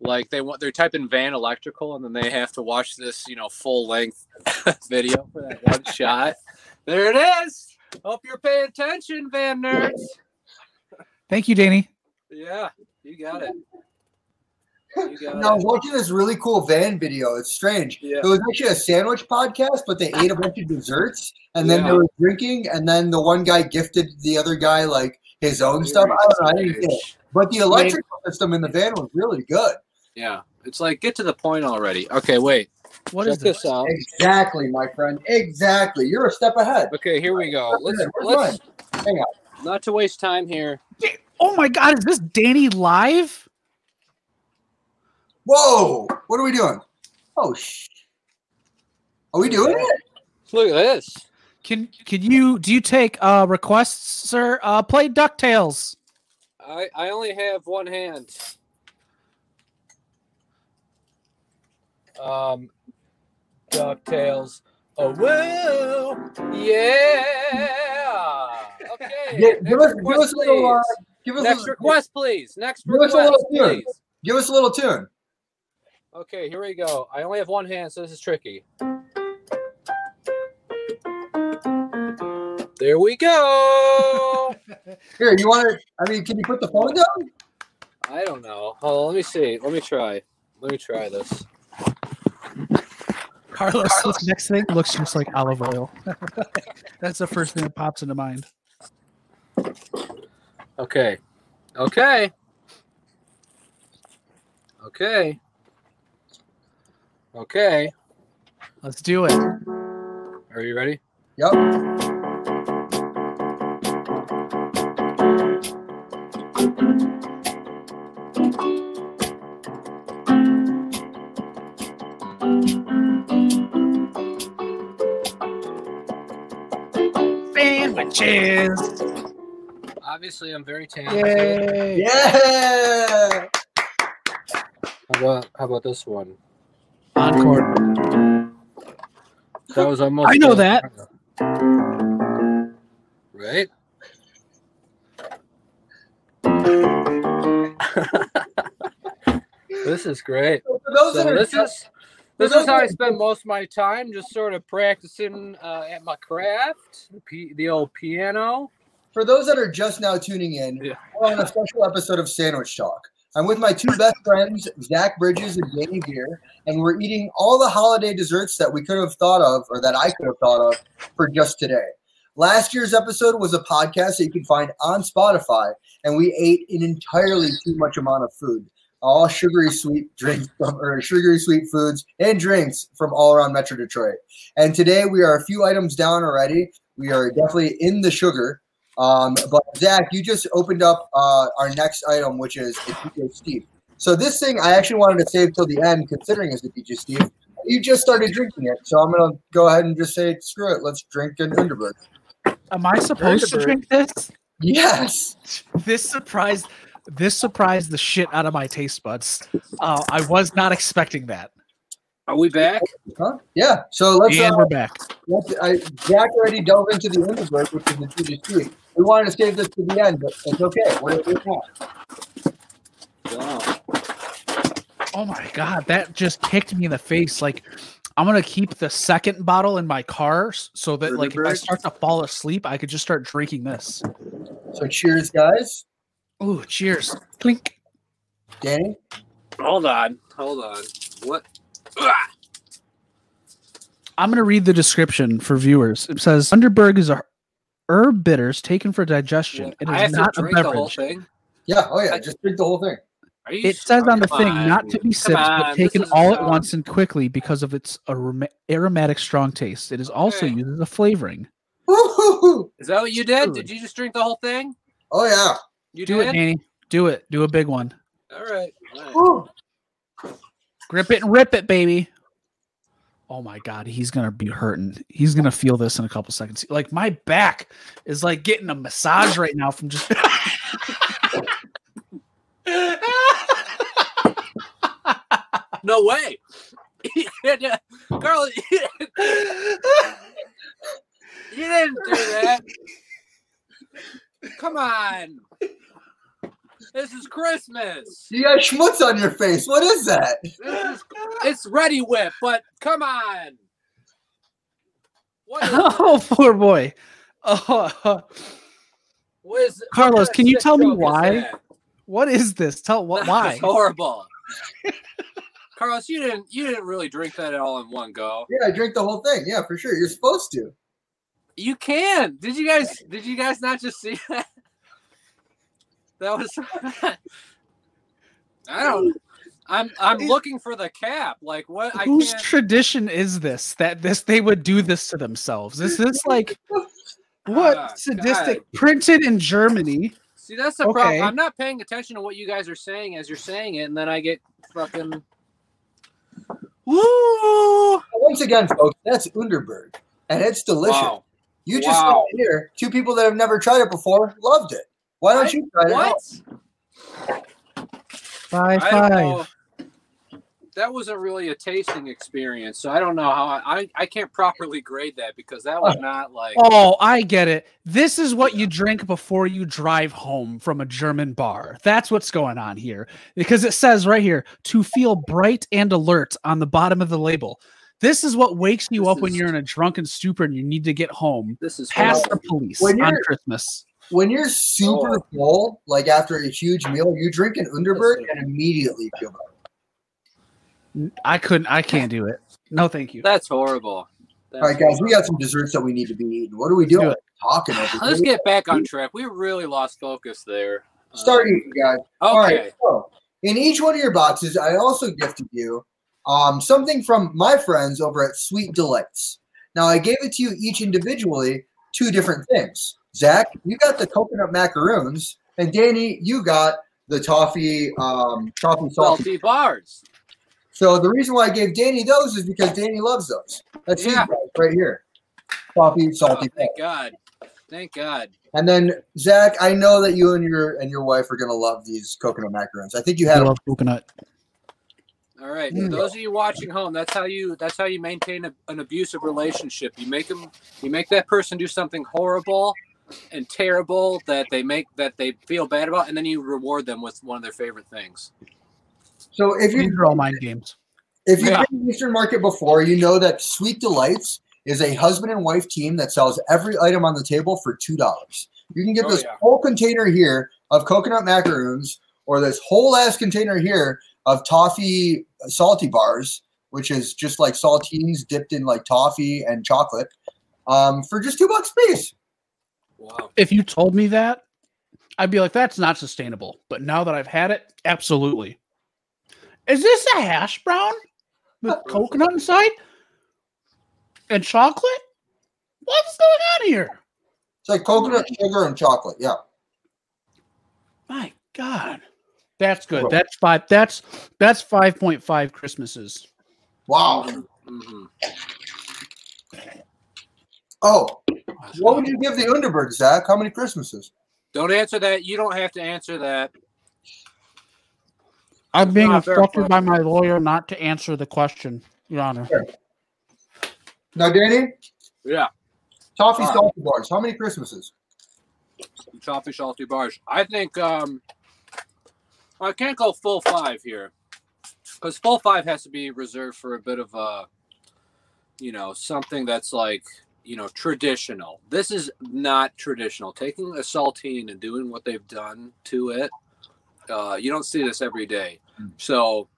Speaker 3: like, they want, they're typing van electrical and then they have to watch this, you know, full length video for that one shot. There it is. Hope you're paying attention, van nerds.
Speaker 2: Thank you, Danny.
Speaker 3: Yeah, you got it. You got
Speaker 1: Now I was
Speaker 3: it.
Speaker 1: watching this really cool van video. It's strange.
Speaker 3: Yeah.
Speaker 1: It was actually a sandwich podcast, but they ate a bunch of desserts and then they
Speaker 3: Yeah.
Speaker 1: were drinking. And then the one guy gifted the other guy like his own stuff. I don't know. I didn't get it. But the electrical system in the van was really good.
Speaker 3: Yeah, it's like get to the point already. Okay, wait.
Speaker 2: What
Speaker 3: Check
Speaker 2: is this?
Speaker 3: this out?
Speaker 1: Exactly, my friend. Exactly. You're a step ahead.
Speaker 3: Okay, here we go. Let's
Speaker 1: Where's
Speaker 3: let's
Speaker 1: Hang
Speaker 3: not to waste time here.
Speaker 2: Oh my god, is this Danny live?
Speaker 1: Whoa! What are we doing? Oh sh! Are we doing it?
Speaker 3: Look at this.
Speaker 2: Can can you do you take uh requests, sir? Uh play DuckTales.
Speaker 3: I I only have one hand. Um, Ducktales. Oh woo! Yeah. Okay.
Speaker 1: Give,
Speaker 3: next
Speaker 1: give us, give
Speaker 3: request,
Speaker 1: us a little. Uh,
Speaker 3: please.
Speaker 1: give us a
Speaker 3: Next
Speaker 1: little-
Speaker 3: request, please. Next
Speaker 1: Give us a little
Speaker 3: request,
Speaker 1: tune.
Speaker 3: please.
Speaker 1: Give us a little tune.
Speaker 3: Okay, here we go. I only have one hand, so this is tricky. There we go.
Speaker 1: Here, you want to? I mean, can you put the phone down?
Speaker 3: I don't know. Hold on, let me see. Let me try. Let me try this.
Speaker 2: Carlos, this next thing looks just like olive oil. That's the first thing that pops into mind.
Speaker 3: Okay. Okay. Okay. Okay.
Speaker 2: Let's do it.
Speaker 3: Are you ready?
Speaker 1: Yep.
Speaker 2: Cheers!
Speaker 3: Obviously, I'm very talented.
Speaker 2: Yay!
Speaker 1: Yeah.
Speaker 3: How about, how about this one?
Speaker 2: Encore.
Speaker 3: That was almost.
Speaker 2: I know that.
Speaker 3: Right? this is great.
Speaker 1: So for those
Speaker 3: So
Speaker 1: that are
Speaker 3: this
Speaker 1: just,
Speaker 3: is this
Speaker 1: those
Speaker 3: is how I
Speaker 1: that-
Speaker 3: spend most of my time, just sort of practicing uh, at my craft, the, p- the old piano.
Speaker 1: for those that are just now tuning in,
Speaker 3: Yeah.
Speaker 1: we're on a special episode of Sandwich Talk. I'm with my two best friends, Zach Bridges and Danny Gear, and we're eating all the holiday desserts that we could have thought of, or that I could have thought of, for just today. Last year's episode was a podcast that you can find on Spotify, and we ate an entirely too much amount of food. All sugary sweet drinks from, or sugary sweet foods and drinks from all around Metro Detroit. And today we are a few items down already. We are definitely in the sugar. Um, but Zach, you just opened up uh, our next item, which is a DJ Steve. So this thing I actually wanted to save till the end, considering it's a DJ Steve. You just started drinking it, so I'm gonna go ahead and just say, screw it, let's drink an Underberg.
Speaker 2: Am I supposed to
Speaker 3: Vandenberg.
Speaker 2: drink this?
Speaker 1: Yes.
Speaker 2: This surprised. This surprised the shit out of my taste buds. Uh, I was not expecting that,
Speaker 3: Are we back?
Speaker 1: Huh? Yeah. So let's.
Speaker 2: and
Speaker 1: Uh,
Speaker 2: we're back.
Speaker 1: let's I, Zach already dove into the Underberg, which is the DJ Steve. We wanted to save this to the end, but it's okay. We're, we're fine.
Speaker 3: Wow.
Speaker 2: Oh my god, that just kicked me in the face. Like, I'm gonna keep the second bottle in my car s- so that, like, if I
Speaker 3: Vandenberg.
Speaker 2: start to fall asleep, I could just start drinking this.
Speaker 1: So cheers, guys.
Speaker 2: Ooh, cheers! Clink.
Speaker 1: Danny.
Speaker 3: Hold on. Hold on. What? Ah!
Speaker 2: I'm going to read the description for viewers. It says Underberg is a herb bitters taken for digestion. It
Speaker 3: I
Speaker 2: is
Speaker 3: have to
Speaker 2: not a
Speaker 3: drink the whole
Speaker 2: beverage.
Speaker 3: thing.
Speaker 1: Yeah. Oh yeah. Just drink the whole thing.
Speaker 3: Are you
Speaker 2: It says on the
Speaker 3: come
Speaker 2: thing not to be
Speaker 3: Come
Speaker 2: sipped,
Speaker 3: on,
Speaker 2: but taken
Speaker 3: this is
Speaker 2: all at
Speaker 3: dumb.
Speaker 2: once and quickly because of its aroma- aromatic strong taste. It is also
Speaker 3: Okay.
Speaker 2: used as a flavoring.
Speaker 1: Woo-hoo-hoo.
Speaker 3: uh, Is that what you did?
Speaker 2: Dude.
Speaker 3: Did you just drink the whole thing?
Speaker 1: Oh yeah.
Speaker 3: You
Speaker 2: Do it,
Speaker 3: did.
Speaker 2: Danny. Do it. Do a big one.
Speaker 3: all right. All right.
Speaker 1: Woo.
Speaker 2: Grip it and rip it, baby. Oh my god, he's gonna be hurting. He's gonna feel this in a couple seconds. Like my back is like getting a massage right now from just
Speaker 3: No way. Carl, you didn't do that. Come on. This is Christmas.
Speaker 1: You got schmutz on your face. What is that?
Speaker 3: This is, it's Ready Whip, but come on. What is,
Speaker 2: Oh, poor boy. Oh,
Speaker 3: what is, what
Speaker 2: Carlos,
Speaker 3: kind of
Speaker 2: can you
Speaker 3: sick
Speaker 2: tell me
Speaker 3: joke is
Speaker 2: why?
Speaker 3: that?
Speaker 2: what is this? Tell what?
Speaker 3: That
Speaker 2: Why?
Speaker 3: was horrible. Carlos, you didn't you didn't really drink that all in one go.
Speaker 1: Yeah, I drank the whole thing. Yeah, for sure. You're supposed to.
Speaker 3: You can. Did you guys did you guys not just see that? That was I don't I'm I'm looking for the cap. Like what I
Speaker 2: Whose
Speaker 3: can't
Speaker 2: tradition is this that this they would do this to themselves? Is this like what
Speaker 3: Ah,
Speaker 2: sadistic printed in Germany?
Speaker 3: see that's the
Speaker 2: Okay.
Speaker 3: problem. I'm not paying attention to what you guys are saying as you're saying it, and then I get fucking Woo!
Speaker 1: Once again, folks, that's Underberg, and it's delicious.
Speaker 3: Wow.
Speaker 1: You just
Speaker 3: Wow.
Speaker 1: saw it here. Two people that have never tried it before loved it. Why don't you try it?
Speaker 3: What?
Speaker 1: out?
Speaker 2: Five
Speaker 3: I don't know.
Speaker 2: five.
Speaker 3: That wasn't really a tasting experience, so I don't know how I, I, I can't properly grade that because that was not like
Speaker 2: Oh, I get it. This is what you drink before you drive home from a German bar. That's what's going on here because it says right here to feel bright and alert on the bottom of the label. This is what wakes you
Speaker 3: This
Speaker 2: up when
Speaker 3: is-
Speaker 2: you're in a drunken stupor and you need to get home.
Speaker 3: this is
Speaker 2: past
Speaker 3: horrible.
Speaker 2: the police
Speaker 1: When
Speaker 2: on
Speaker 1: you're-
Speaker 2: Christmas.
Speaker 1: When you're super full, like after a huge meal, you drink an Underberg and immediately feel better.
Speaker 2: I couldn't. I can't do it. No, thank you.
Speaker 3: That's horrible. That's
Speaker 1: All right, guys, we
Speaker 3: horrible.
Speaker 1: got some desserts that we need to be eating. What are we doing?
Speaker 2: Do it.
Speaker 1: Talking over
Speaker 3: Let's
Speaker 1: here.
Speaker 3: get back on track. We really lost focus there. Um,
Speaker 1: Start eating, guys. All
Speaker 3: Okay.
Speaker 1: right. So in each one of your boxes, I also gifted you um, something from my friends over at Sweet Delights. Now I gave it to you each individually, two different things. Zach, you got the coconut macaroons, and Danny, you got the toffee um, toffee salty.
Speaker 3: Salty bars.
Speaker 1: So the reason why I gave Danny those is because Danny loves those. That's yeah.
Speaker 3: Yeah.
Speaker 1: right here. Toffee
Speaker 3: Oh,
Speaker 1: salty.
Speaker 3: thank God. Thank God.
Speaker 1: And then Zach, I know that you and your and your wife are gonna love these coconut macarons. I think you
Speaker 2: I
Speaker 1: had them.
Speaker 2: love coconut.
Speaker 3: All right.
Speaker 1: Mm.
Speaker 3: For those of you watching home, that's how you that's how you maintain a, an abusive relationship. You make them you make that person do something horrible and terrible that they make that they feel bad about and then you reward them with one of their favorite things.
Speaker 1: So if
Speaker 2: These
Speaker 1: you
Speaker 2: are all mind games.
Speaker 1: if you've
Speaker 3: Yeah.
Speaker 1: been to the Eastern Market before, you know that Sweet Delights is a husband and wife team that sells every item on the table for two dollars. You can get
Speaker 3: Oh,
Speaker 1: this
Speaker 3: yeah.
Speaker 1: whole container here of coconut macaroons, or this whole ass container here of toffee uh, salty bars, which is just like saltines dipped in like toffee and chocolate, um, for just two bucks a piece.
Speaker 3: Wow.
Speaker 2: If you told me that, I'd be like, that's not sustainable. But now that I've had it, absolutely. Is this a hash brown with coconut inside and chocolate? What's going on here?
Speaker 1: It's like coconut sugar and chocolate. Yeah.
Speaker 2: My God, that's good.
Speaker 1: Well-
Speaker 2: That's five. That's that's five point five Christmases.
Speaker 1: Wow.
Speaker 3: Mhm.
Speaker 1: Oh, what would you give the Underberg, Zach? How many Christmases?
Speaker 3: Don't answer that. You don't have to answer that.
Speaker 2: I'm being
Speaker 3: Not fair
Speaker 2: instructed by
Speaker 3: question.
Speaker 2: my lawyer not to answer the question, Your Honor.
Speaker 1: Now, Danny,
Speaker 3: Yeah.
Speaker 1: toffee
Speaker 3: Five.
Speaker 1: salty bars. How many Christmases?
Speaker 3: Choppy salty bars. I think um I can't go full five here. Because full five has to be reserved for a bit of a you know, something that's like, you know, traditional. This is not traditional. Taking a saltine and doing what they've done to it, uh, you don't see this every day. So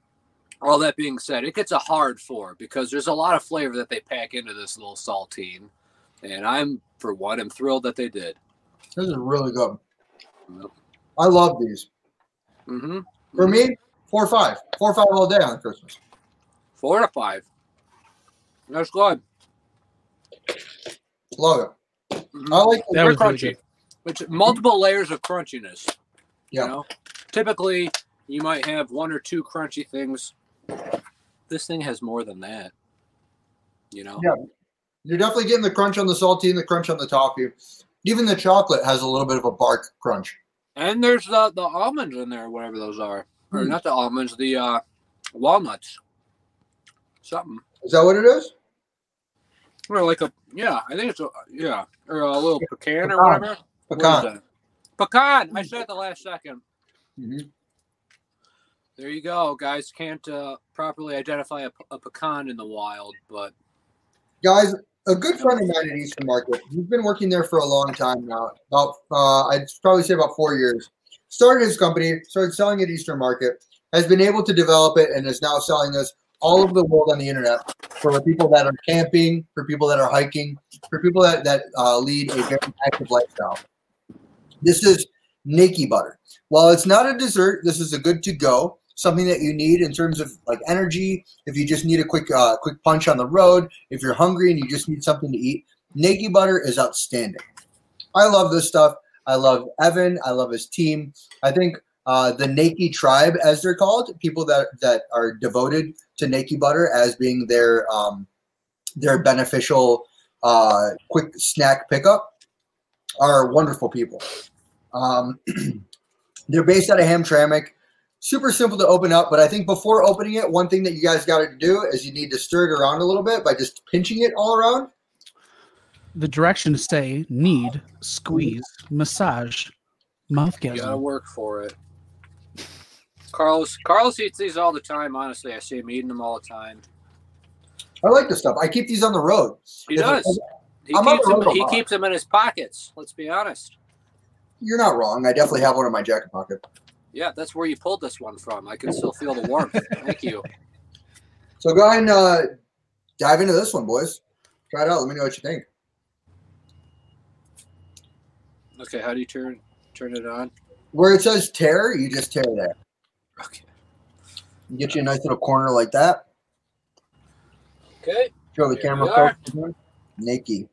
Speaker 3: all that being said, it gets a hard four because there's a lot of flavor that they pack into this little saltine. And I'm for one, I'm thrilled that they did.
Speaker 1: This is really good.
Speaker 3: Yep.
Speaker 1: I love these.
Speaker 3: Mm-hmm.
Speaker 1: For me, four or five. Four or five all day on Christmas.
Speaker 3: Four to five. That's good.
Speaker 1: Love it.
Speaker 3: Mhm.
Speaker 1: I like the
Speaker 2: That
Speaker 3: They're
Speaker 2: was really
Speaker 3: crunchy.
Speaker 2: good.
Speaker 3: It's multiple layers of crunchiness.
Speaker 1: Yeah.
Speaker 3: You know, typically you might have one or two crunchy things. This thing has more than that. You know.
Speaker 1: Yeah. You're definitely getting the crunch on the salty and the crunch on the toffee. Even the chocolate has a little bit of a bark crunch.
Speaker 3: And there's the the almonds in there, whatever those are, or
Speaker 1: Mm.
Speaker 3: not the almonds, the uh, walnuts. Something.
Speaker 1: Is that what it is?
Speaker 3: Or like a yeah, I think it's a yeah, or a little pecan
Speaker 1: Pecan.
Speaker 3: or whatever. What is
Speaker 1: Pecan. Mm-hmm.
Speaker 3: that? Pecan. I said it the last second.
Speaker 1: Mhm.
Speaker 3: There you go, guys. Can't uh, properly identify a, a pecan in the wild, but
Speaker 1: Guys, a good friend of mine at Eastern Market, he's been working there for a long time now. About, uh, I'd probably say about four years. Started his company, started selling at Eastern Market, has been able to develop it, and is now selling this all over the world on the internet for people that are camping, for people that are hiking, for people that, that uh, lead a very active lifestyle. This is Nakey butter. While it's not a dessert, this is a good to go, something that you need in terms of like energy. If you just need a quick, uh, quick punch on the road, if you're hungry and you just need something to eat, Nakey Butter is outstanding. I love this stuff. I love Evan. I love his team. I think uh, the Nakey tribe, as they're called, people that that are devoted to Nakey Butter as being their um, their beneficial uh, quick snack pickup, are wonderful people. Um, they're based out of Hamtramck. Super simple to open up, but I think before opening it, one thing that you guys got to do is you need to stir it around a little bit by just pinching it all around.
Speaker 2: The directions say need, squeeze, massage,
Speaker 3: you gotta
Speaker 2: mouthgasm.
Speaker 3: work for it. Carlos, Carlos eats these all the time. Honestly, I see him eating them all the time.
Speaker 1: I like this stuff. I keep these on the road.
Speaker 3: He
Speaker 1: If-
Speaker 3: does. He
Speaker 1: I'm on
Speaker 3: keeps,
Speaker 1: the
Speaker 3: them,
Speaker 1: road a
Speaker 3: he
Speaker 1: lot.
Speaker 3: keeps them in his pockets. Let's be honest.
Speaker 1: You're not wrong. I definitely have one in my jacket pocket.
Speaker 3: Yeah, that's where you pulled this one from. I can still feel the warmth. Thank you.
Speaker 1: So go ahead and uh, dive into this one, boys. Try it out. Let me know what you think.
Speaker 3: Okay, how do you turn turn it on?
Speaker 1: Where it says tear, you just tear there.
Speaker 3: Okay.
Speaker 1: You get you a nice little corner like that.
Speaker 3: Okay.
Speaker 1: Show the
Speaker 3: Here
Speaker 1: camera.
Speaker 3: we are.
Speaker 1: folks. Nikki.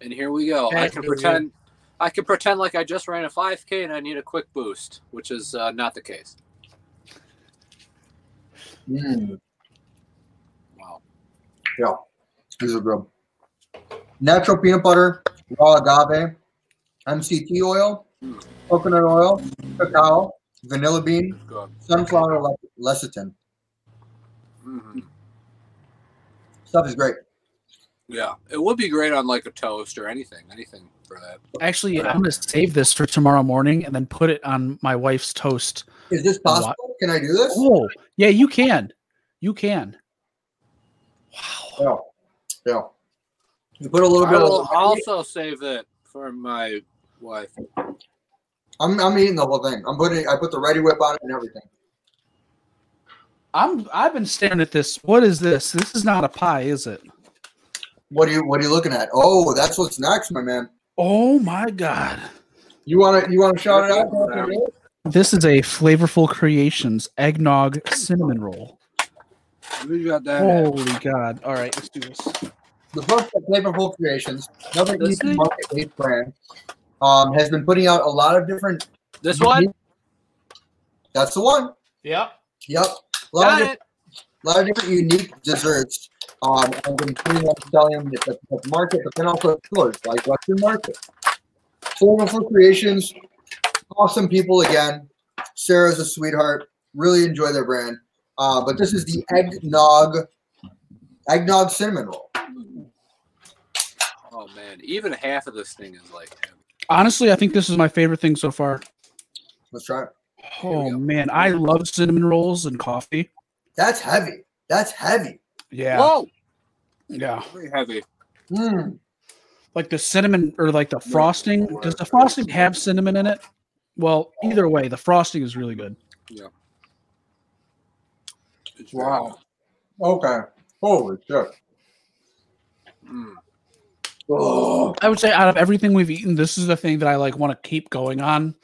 Speaker 3: And here we go. I
Speaker 2: Back
Speaker 3: can
Speaker 2: to you.
Speaker 3: pretend I can pretend like I just ran a 5K and I need a quick boost, which is uh, not the case.
Speaker 1: Mm,
Speaker 3: Wow.
Speaker 1: yeah. These are good. Natural peanut butter, raw agave, MCT oil, coconut oil, cacao, vanilla bean,
Speaker 3: Good.
Speaker 1: sunflower le- lecithin.
Speaker 3: hmm
Speaker 1: Stuff is great.
Speaker 3: Yeah, it would be great on like a toast or anything, anything for that.
Speaker 2: Actually, I'm going to save this for tomorrow morning and then put it on my wife's toast.
Speaker 1: Is this possible? Can I do this?
Speaker 2: Oh, yeah, you can. You can. Wow.
Speaker 1: Yeah. Yeah. You put a little
Speaker 3: I
Speaker 1: bit
Speaker 3: will
Speaker 1: of.
Speaker 3: also save it for my wife.
Speaker 1: I'm, I'm eating the whole thing. I'm putting. I put the ready whip on it and everything.
Speaker 2: I'm I've been staring at this. What is this? This is not a pie, is it?
Speaker 1: What are you What are you looking at? Oh, that's what's next, my man.
Speaker 2: Oh my god.
Speaker 1: You want to You want to shout it out?
Speaker 2: This is a flavorful creations eggnog cinnamon roll.
Speaker 3: We got that.
Speaker 2: Holy god. All right, let's do this.
Speaker 1: The book of Flavorful Creations, another
Speaker 3: This
Speaker 1: easy
Speaker 3: thing?
Speaker 1: market-based brand, um, has been putting out a lot of different.
Speaker 3: This one?
Speaker 1: That's the one.
Speaker 6: Yep.
Speaker 1: Yep. A lot, of,
Speaker 3: Got
Speaker 1: different-
Speaker 3: it.
Speaker 1: a lot of different unique desserts. Um, and been putting out selling them at the, at the market, but then also stores like Western Market. Flavorful Creations, awesome people again. Sarah's a sweetheart. Really enjoy their brand. Uh, but this is the eggnog, eggnog cinnamon roll.
Speaker 3: Oh man, even half of this thing is like heavy.
Speaker 2: Honestly, I think this is my favorite thing so far.
Speaker 1: Let's try it.
Speaker 2: Oh
Speaker 3: we go.
Speaker 2: man, I love cinnamon rolls and coffee.
Speaker 1: That's heavy. That's heavy.
Speaker 2: Yeah.
Speaker 3: Whoa,
Speaker 2: Yeah.
Speaker 3: very heavy.
Speaker 1: Mm.
Speaker 2: Like the cinnamon or like the frosting. Does the frosting have cinnamon in it? Well, either way, the frosting is really good.
Speaker 3: It's very
Speaker 1: Wow. Okay. Holy shit.
Speaker 3: heavy. Mm.
Speaker 1: Oh,
Speaker 2: I would say out of everything we've eaten, this is the thing that I like want to keep going on.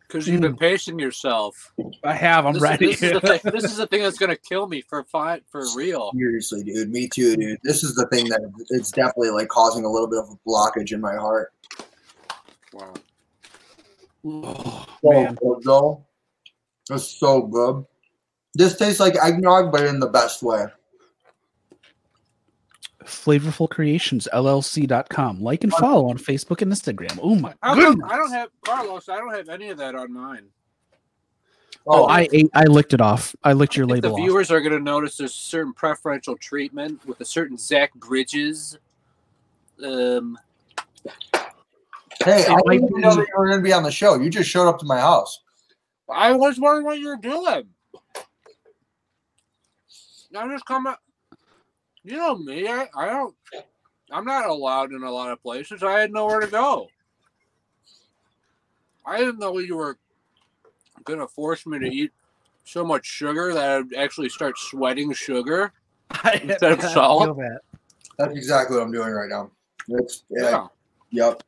Speaker 3: Because you've been pacing yourself.
Speaker 2: I have. I'm
Speaker 3: this,
Speaker 2: ready.
Speaker 3: Is, this, is the thing, this is the thing that's gonna kill me for fine for real.
Speaker 1: seriously, dude. Me too, dude. This is the thing that it's definitely like causing a little bit of a blockage in my heart.
Speaker 3: Wow.
Speaker 2: Oh,
Speaker 1: So
Speaker 2: man.
Speaker 1: good, though. It's so good. This tastes like eggnog, but in the best way.
Speaker 2: Flavorful Creations LLC.com. Like and follow on Facebook and Instagram. Oh my
Speaker 3: How come
Speaker 2: goodness.
Speaker 3: I don't have Carlos. I don't have any of that on mine.
Speaker 2: Oh, I ate I licked it off. I licked your
Speaker 3: I think
Speaker 2: label
Speaker 3: the
Speaker 2: off.
Speaker 3: viewers are going to notice there's certain preferential treatment with a certain Zach Bridges. Um,
Speaker 1: hey, I
Speaker 2: It might
Speaker 1: didn't even know
Speaker 2: be-
Speaker 1: that you were going to be on the show. You just showed up to my house.
Speaker 3: I was wondering what you were doing. I'm just coming. You know me. I, I don't. I'm not allowed in a lot of places. I had nowhere to go. I didn't know you were going to force me to eat so much sugar that I'd actually start sweating sugar. instead of
Speaker 2: I
Speaker 3: salt.
Speaker 2: feel that.
Speaker 1: That's exactly what I'm doing right now. It's, yeah.
Speaker 3: Yeah,
Speaker 1: Yep.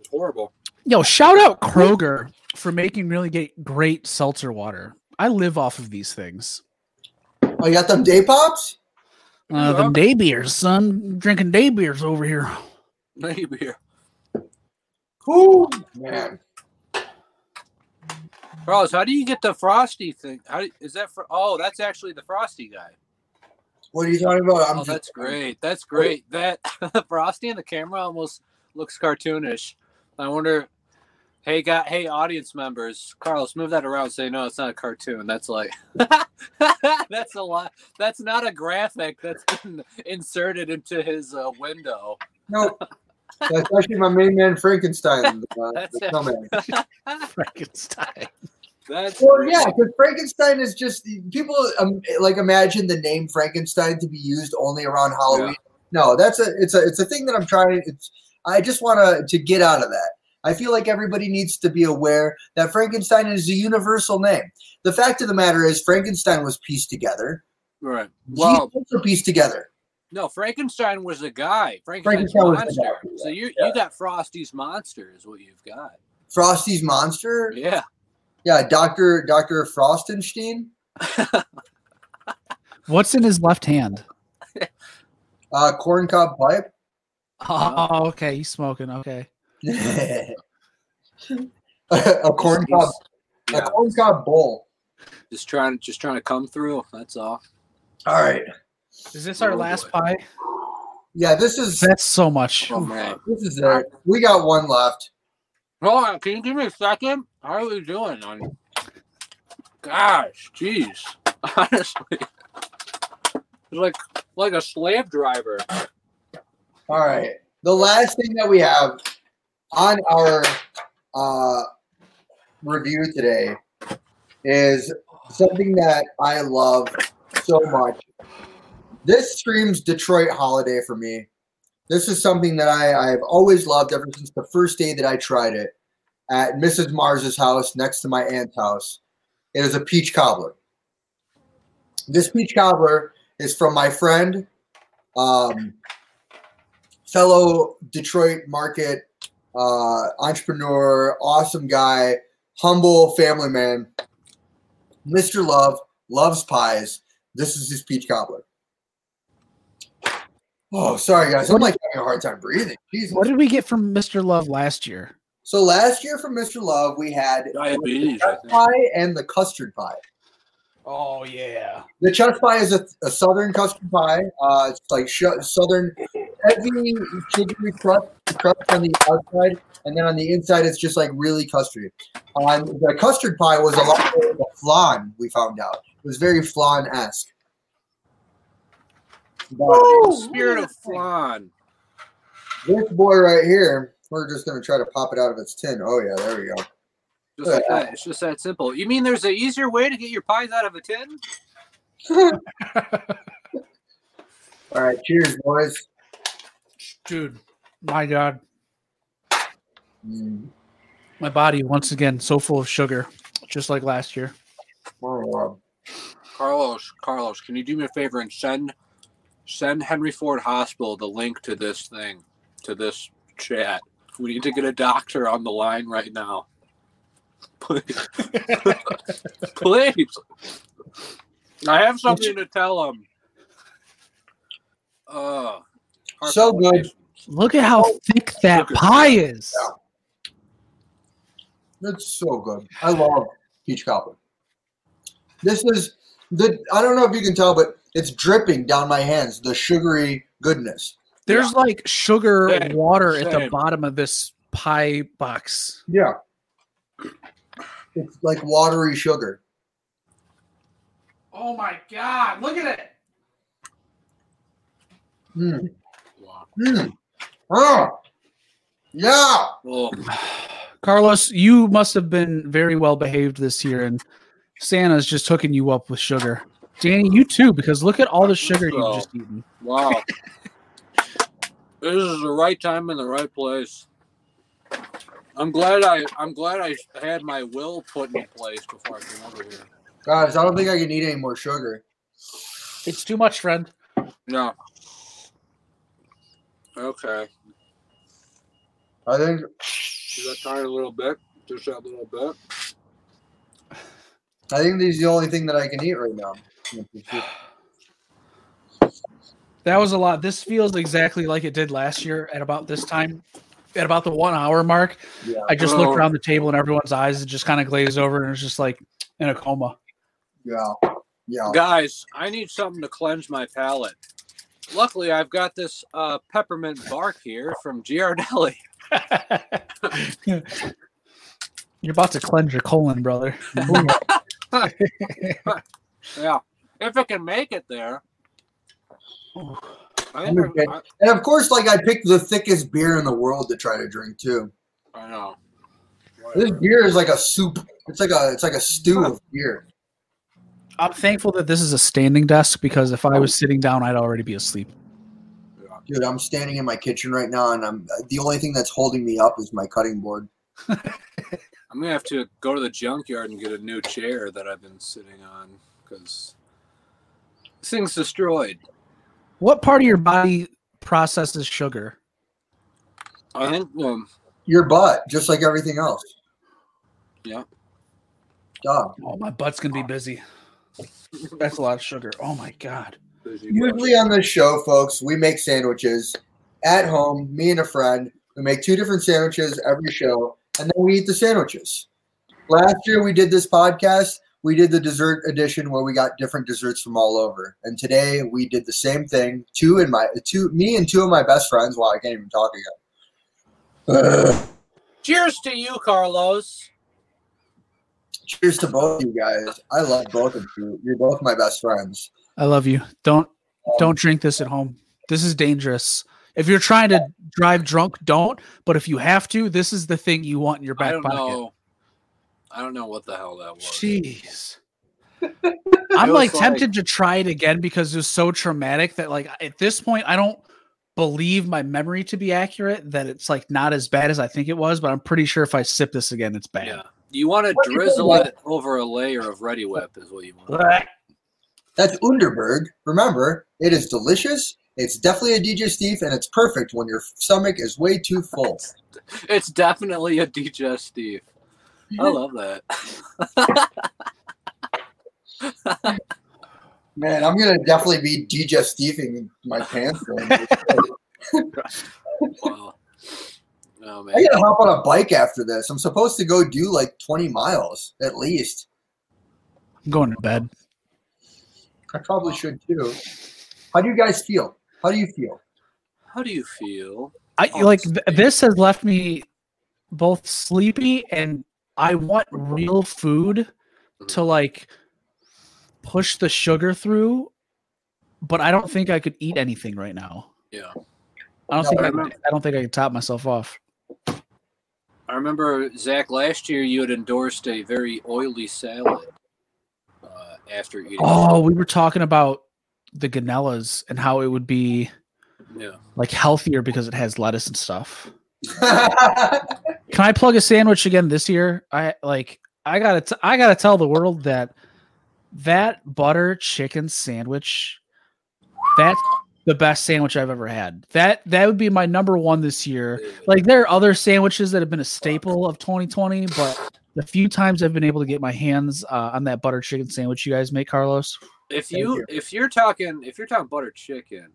Speaker 3: it's horrible.
Speaker 2: Yo, shout out Kroger for making really get great seltzer water. I live off of these things.
Speaker 1: Oh, you got them day pops?
Speaker 2: Uh,
Speaker 3: Yeah.
Speaker 2: them day beers, son. Drinking day beers over here.
Speaker 3: Maybe.
Speaker 1: Whoo, man.
Speaker 3: Carlos, how do you get the frosty thing? How do, is that for? Oh, that's actually the frosty guy.
Speaker 1: What are you talking about?
Speaker 3: Oh, that's great. That's great. That frosty in the camera almost looks cartoonish. I wonder. Hey, got hey, audience members, Carlos, move that around. Say no, it's not a cartoon. That's like, that's a lot. That's not a graphic. That's been inserted into his uh, window.
Speaker 1: No, that's actually my main man Frankenstein. Uh,
Speaker 3: That's
Speaker 1: the
Speaker 3: it.
Speaker 1: snowman.
Speaker 2: Frankenstein.
Speaker 3: That's
Speaker 1: Well,
Speaker 3: great.
Speaker 1: yeah, because Frankenstein is just people um, like imagine the name Frankenstein to be used only around Halloween. No, that's a it's a it's a thing that I'm trying. It's I just want to to get out of that. I feel like everybody needs to be aware that Frankenstein is a universal name. The fact of the matter is, Frankenstein was pieced together.
Speaker 3: right.
Speaker 1: Wow,
Speaker 3: Well,
Speaker 1: also pieced together.
Speaker 3: No, Frankenstein was a guy. Frankenstein's
Speaker 1: Frankenstein was the
Speaker 3: monster.
Speaker 1: guy,
Speaker 3: So you
Speaker 1: yeah.
Speaker 3: you got Frosty's monster is what you've got.
Speaker 1: Frosty's monster.
Speaker 3: Yeah.
Speaker 1: Yeah, Doctor Doctor Frostenstein.
Speaker 2: What's in his left hand?
Speaker 1: Uh, corncob pipe.
Speaker 2: Oh, okay. He's smoking. Okay.
Speaker 1: a corn cob, a
Speaker 3: Yeah,
Speaker 1: corn cob bowl.
Speaker 3: just trying just trying to come through. That's all.
Speaker 1: All right.
Speaker 2: Is this
Speaker 3: our last
Speaker 2: pie?
Speaker 1: Yeah, this is
Speaker 2: That's so much.
Speaker 3: All right.
Speaker 1: this is it. We got one left.
Speaker 3: Hold on, can you give me a second? How are we doing? On... Gosh, jeez. Honestly. It's like like a slave driver.
Speaker 1: All right. The last thing that we have on our uh, review today is something that I love so much. This screams Detroit holiday for me. This is something that I, I've always loved ever since the first day that I tried it at Mrs. Mars's house next to my aunt's house. It is a peach cobbler. This peach cobbler is from my friend, um, fellow Detroit market uh, entrepreneur, awesome guy, humble family man, Mr. Love, loves pies. This is his peach cobbler. Oh, sorry guys, I'm like having a hard time breathing. Jesus.
Speaker 2: What did we get from Mr. Love last year?
Speaker 1: So last year from Mr. Love, we had
Speaker 3: Diabetes, I
Speaker 1: chest
Speaker 3: think.
Speaker 1: pie and the custard pie.
Speaker 2: Oh yeah.
Speaker 1: The chest pie is a, a southern custard pie. Uh, it's like sh- southern heavy sugary crust, crust on the outside, and then on the inside it's just like really custardy. Um, the custard pie was a lot like a flan. We found out it was very flan esque. Oh,
Speaker 3: Spirit of flan.
Speaker 1: This boy right here, we're just gonna try to pop it out of its tin. Oh yeah, there we go.
Speaker 3: Just like that. It's just that simple. You mean there's an easier way to get your pies out of a tin?
Speaker 1: All right, cheers, boys.
Speaker 2: Dude, my God.
Speaker 1: Mm,
Speaker 2: My body once again so full of sugar, just like last year.
Speaker 1: oh,
Speaker 3: Carlos, Carlos, can you do me a favor and send send Henry Ford Hospital the link to this thing, to this chat. We need to get a doctor on the line right now. Please. Please. I have something to tell him. Uh, heart
Speaker 1: So good.
Speaker 3: palpitations.
Speaker 2: Look at how thick that pie is.
Speaker 1: That's so good. I love peach cobbler. This is the I don't know if you can tell, but it's dripping down my hands, the sugary goodness.
Speaker 2: There's like sugar
Speaker 3: Same,
Speaker 2: water at the
Speaker 3: same.
Speaker 2: bottom of this pie box.
Speaker 1: Yeah. It's like watery sugar.
Speaker 2: Oh my god, look at it.
Speaker 1: Mm.
Speaker 3: Wow.
Speaker 1: Mm. Oh. Yeah.
Speaker 3: Oh,
Speaker 2: Carlos, you must have been very well behaved this year and Santa's just hooking you up with sugar. Danny, you too, because look at all the sugar you've just eaten.
Speaker 3: wow. this is the right time in the right place. I'm glad I I'm glad I had my will put in place before I came over here.
Speaker 1: Guys, I don't think I can eat any more sugar.
Speaker 2: It's too much, friend.
Speaker 3: No. Okay.
Speaker 1: I think
Speaker 3: Should I try a little bit? Just that little bit.
Speaker 1: I think this is the only thing that I can eat right now.
Speaker 2: That was a lot. This feels exactly like it did last year at about this time, at about the one hour mark.
Speaker 1: Yeah.
Speaker 2: I just looked
Speaker 3: Oh.
Speaker 2: around the table and everyone's eyes had just kind of glazed over and it was just like in a coma.
Speaker 1: Yeah. Yeah.
Speaker 3: Guys, I need something to cleanse my palate. Luckily, I've got this uh, peppermint bark here from Giardelli.
Speaker 2: You're about to cleanse your colon, brother.
Speaker 3: Yeah. If it can make it there. I,
Speaker 1: I'm okay.
Speaker 3: I,
Speaker 1: And of course, like I picked the thickest beer in the world to try to drink too.
Speaker 3: I know.
Speaker 1: This beer is like a soup. It's like a it's like a stew of beer.
Speaker 2: I'm thankful that this is a standing desk because if I was sitting down, I'd already be asleep.
Speaker 1: Dude, I'm standing in my kitchen right now, and I'm the only thing that's holding me up is my cutting board.
Speaker 3: I'm gonna have to go to the junkyard and get a new chair that I've been sitting on because this thing's destroyed.
Speaker 2: What part of your body processes sugar?
Speaker 3: I think um,
Speaker 1: Your butt, just like everything else.
Speaker 3: Yeah.
Speaker 1: Dog.
Speaker 2: Oh, my butt's gonna be busy. That's a lot of sugar. Oh my god.
Speaker 1: Usually on this show, folks, we make sandwiches at home. Me and a friend. We make two different sandwiches every show, and then we eat the sandwiches. Last year we did this podcast. we did the dessert edition where we got different desserts from all over. And today we did the same thing. Two and my two, me and two of my best friends. Wow, I can't even talk again. Ugh.
Speaker 3: Cheers to you, Carlos.
Speaker 1: cheers to both you guys. I love both of you. You're both my best friends.
Speaker 2: I love you. Don't
Speaker 1: Um,
Speaker 2: don't drink this at home. This is dangerous. If you're trying to drive drunk, don't. But if you have to, this is the thing you want in your
Speaker 3: I
Speaker 2: back
Speaker 3: don't
Speaker 2: pocket.
Speaker 3: know. I don't know what the hell that was.
Speaker 2: Jeez.
Speaker 3: It
Speaker 2: I'm
Speaker 3: was
Speaker 2: like
Speaker 3: like-
Speaker 2: tempted to try it again because it was so traumatic that like at this point I don't believe my memory to be accurate that it's like not as bad as I think it was, but I'm pretty sure if I sip this again it's bad.
Speaker 3: Yeah. You want to
Speaker 1: What do you
Speaker 3: drizzle
Speaker 1: think?
Speaker 3: it over a layer of Ready Whip, is what you want.
Speaker 2: Blech.
Speaker 1: That's Underberg. Remember, it is delicious. It's definitely a DJ Steve, and it's perfect when your stomach is way too full.
Speaker 3: It's definitely a digestive. I love that.
Speaker 1: Man, I'm gonna definitely be DJ Steving my pants. down.
Speaker 3: Wow. Oh,
Speaker 1: I
Speaker 3: man.
Speaker 1: gotta hop on a bike after this. I'm supposed to go do like 20 miles at least.
Speaker 2: I'm going to bed.
Speaker 1: I probably should too. How do you guys feel? How do you feel?
Speaker 3: How do you feel?
Speaker 2: I
Speaker 3: Oh,
Speaker 2: like
Speaker 3: it's
Speaker 2: th-
Speaker 3: big.
Speaker 2: this has left me both sleepy and I want real food to
Speaker 3: Mm-hmm.
Speaker 2: like push the sugar through, but I don't think I could eat anything right now.
Speaker 3: Yeah.
Speaker 2: I don't
Speaker 1: No,
Speaker 2: think
Speaker 1: I
Speaker 2: I, could,
Speaker 3: remember-
Speaker 2: I don't think I could top myself off.
Speaker 3: I remember, Zach, last year you had endorsed a very oily salad uh, after eating.
Speaker 2: Oh, we were talking about the ganellas and how it would be
Speaker 3: Yeah.
Speaker 2: like healthier because it has lettuce and stuff. Can I plug a sandwich again this year? I like I gotta t- I gotta tell the world that that butter chicken sandwich that's the best sandwich I've ever had. That that would be my number one this year. Like there are other sandwiches that have been a staple of 2020, but the few times I've been able to get my hands uh, on that butter chicken sandwich you guys make, Carlos,
Speaker 3: if
Speaker 1: Thank
Speaker 3: you
Speaker 1: you.
Speaker 3: if you're talking if you're talking butter chicken,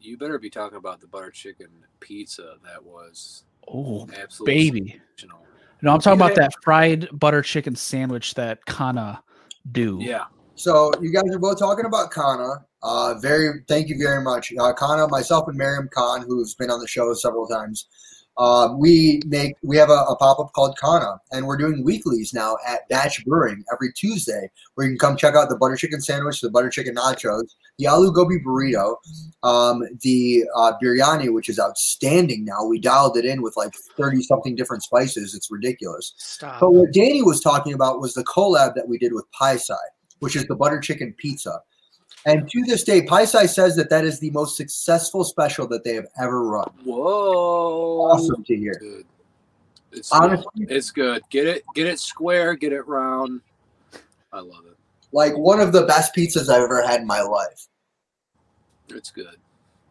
Speaker 3: you better be talking about the butter chicken pizza that was
Speaker 2: oh
Speaker 3: absolutely
Speaker 2: baby.
Speaker 3: sensational.
Speaker 2: No, I'm talking
Speaker 3: Yeah.
Speaker 2: about that fried butter chicken sandwich that Kana do.
Speaker 3: Yeah.
Speaker 1: so you guys are both talking about Kana. Uh, very thank you very much, uh, Kana. Myself and Miriam Khan, who's been on the show several times. Uh, we make we have a, a pop up called Kana, and we're doing weeklies now at Batch Brewing every Tuesday, where you can come check out the butter chicken sandwich, the butter chicken nachos, the alu gobi burrito, um, the uh, biryani, which is outstanding now. We dialed it in with like thirty something different spices. It's ridiculous.
Speaker 2: Stop.
Speaker 1: But what Danny was talking about was the collab that we did with Pie Sai, which is the butter chicken pizza. And to this day, Pie Sai says that that is the most successful special that they have ever run.
Speaker 3: Whoa.
Speaker 1: Awesome to hear.
Speaker 3: Good. It's good.
Speaker 1: Honestly,
Speaker 3: it's good. Get it get it square, get it round. I love it.
Speaker 1: like one of the best pizzas I've ever had in my life.
Speaker 3: It's good.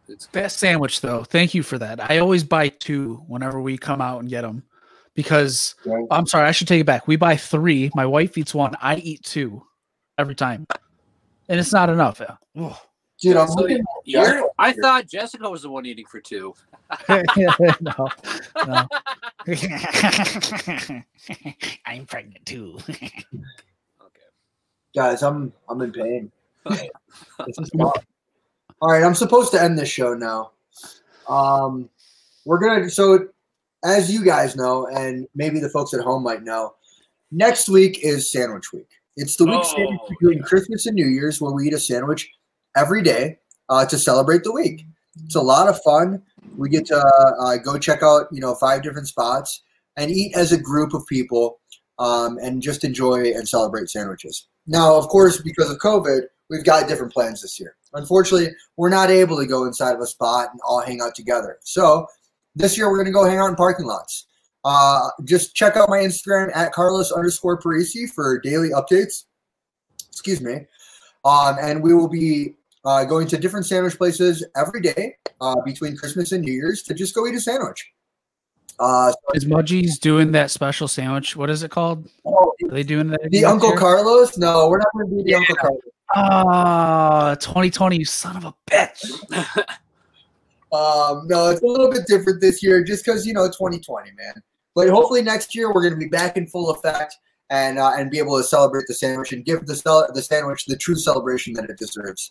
Speaker 3: It's good.
Speaker 2: That sandwich, though, thank you for that. I always buy two whenever we come out and get them because
Speaker 1: Right.
Speaker 2: I'm sorry, I should take it back. We buy three. My wife eats one. I eat two every time, and it's not enough. Ugh.
Speaker 1: Dude, I'm
Speaker 3: So
Speaker 1: looking at
Speaker 3: You're- I thought Jessica was the one eating for two.
Speaker 2: no, no. I'm pregnant too.
Speaker 3: Okay.
Speaker 1: guys, I'm I'm in pain. This is wild. All right, I'm supposed to end this show now. Um, we're gonna so as you guys know, and maybe the folks at home might know, next week is sandwich week. It's the week
Speaker 3: Oh,
Speaker 1: sandwich between
Speaker 3: yeah.
Speaker 1: Christmas and New Year's where we eat a sandwich every day uh, to celebrate the week. It's a lot of fun. We get to uh, uh, go check out you know five different spots and eat as a group of people um, and just enjoy and celebrate sandwiches. Now, of course, because of COVID, we've got different plans this year. Unfortunately, we're not able to go inside of a spot and all hang out together. So this year, we're going to go hang out in parking lots. Uh, just check out my Instagram at Carlos underscore Parisi for daily updates. Excuse me. Um, and we will be uh, going to different sandwich places every day uh, between Christmas and New Year's to just go eat a sandwich. Uh,
Speaker 2: Is Mudgee's doing that special sandwich? What is it called?
Speaker 1: so
Speaker 2: Are they doing that?
Speaker 1: the
Speaker 2: again
Speaker 1: Uncle
Speaker 2: this year?
Speaker 1: Carlos? No, we're not going to do the Uncle Carlos.
Speaker 2: Ah, 2020, you son of a bitch.
Speaker 1: Um, no, it's a little bit different this year just because, you know, 2020, man. But hopefully next year we're going to be back in full effect and uh, and be able to celebrate the sandwich and give the cel- the sandwich the true celebration that it deserves.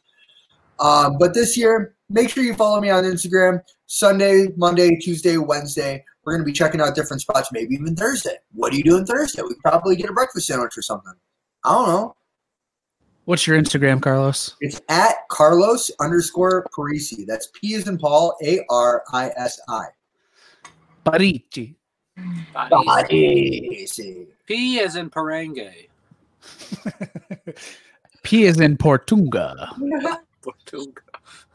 Speaker 1: Um, but this year, make sure you follow me on Instagram. Sunday, Monday, Tuesday, Wednesday. We're going to be checking out different spots. Maybe even Thursday. What are you doing Thursday? We could probably get a breakfast sandwich or something. I don't know.
Speaker 2: What's your Instagram, Carlos?
Speaker 1: It's at Carlos underscore Parisi. That's P is in Paul, A R I S I.
Speaker 2: Barichi.
Speaker 1: Parisi.
Speaker 3: P is in Parenge.
Speaker 2: P is in Portunga.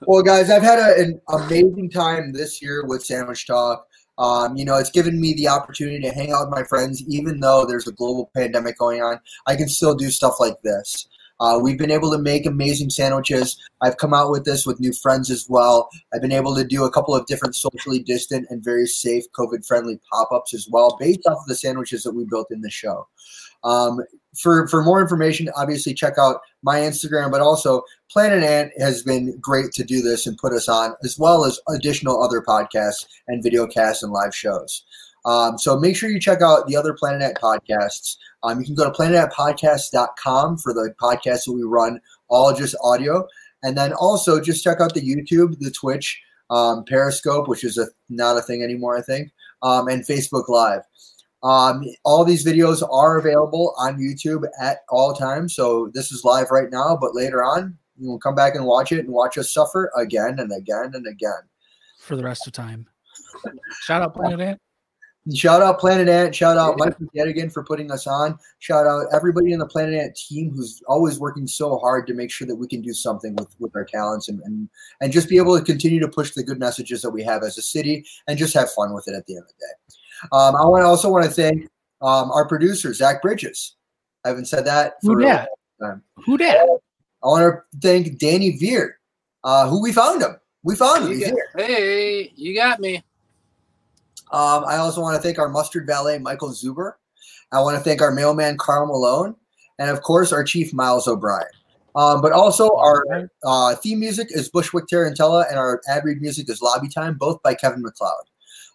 Speaker 1: Well, guys, I've had a, an amazing time this year with Sandwich Talk. Um, you know, it's given me the opportunity to hang out with my friends, even though there's a global pandemic going on. I can still do stuff like this. Uh, we've been able to make amazing sandwiches. I've come out with this with new friends as well. I've been able to do a couple of different socially distant and very safe COVID friendly pop ups as well, based off of the sandwiches that we built in the show. Um, for, for more information, obviously check out my Instagram, but also Planet Ant has been great to do this and put us on, as well as additional other podcasts and video casts and live shows. Um, so make sure you check out the other Planet Ant podcasts. Um, you can go to planetantpodcast.com for the podcasts that we run, all just audio. And then also just check out the YouTube, the Twitch, um, Periscope, which is a, not a thing anymore, I think, um, and Facebook Live. Um, all these videos are available on YouTube at all times. So this is live right now, but later on, you will come back and watch it and watch us suffer again and again and again.
Speaker 2: for the rest of time. Shout out Planet Ant.
Speaker 1: Shout out Planet Ant. Shout out Mike yet again for putting us on. Shout out everybody in the Planet Ant team who's always working so hard to make sure that we can do something with, with our talents and, and and just be able to continue to push the good messages that we have as a city and just have fun with it at the end of the day. Um, I want to also want to thank um, our producer Zach Bridges. I haven't said that for
Speaker 2: Who dat?
Speaker 1: time.
Speaker 2: Who dat?
Speaker 1: I want to thank Danny Veer, uh, who we found him. We found him.
Speaker 3: You
Speaker 1: He's
Speaker 3: got-
Speaker 1: here.
Speaker 3: hey, you got me.
Speaker 1: Um, I also want to thank our mustard valet, Michael Zuber. I want to thank our mailman, Carl Malone, and of course, our chief, Miles O'Brien. Um, but also, our uh, theme music is Bushwick Tarantella, and our ad read music is Lobby Time, both by Kevin McLeod.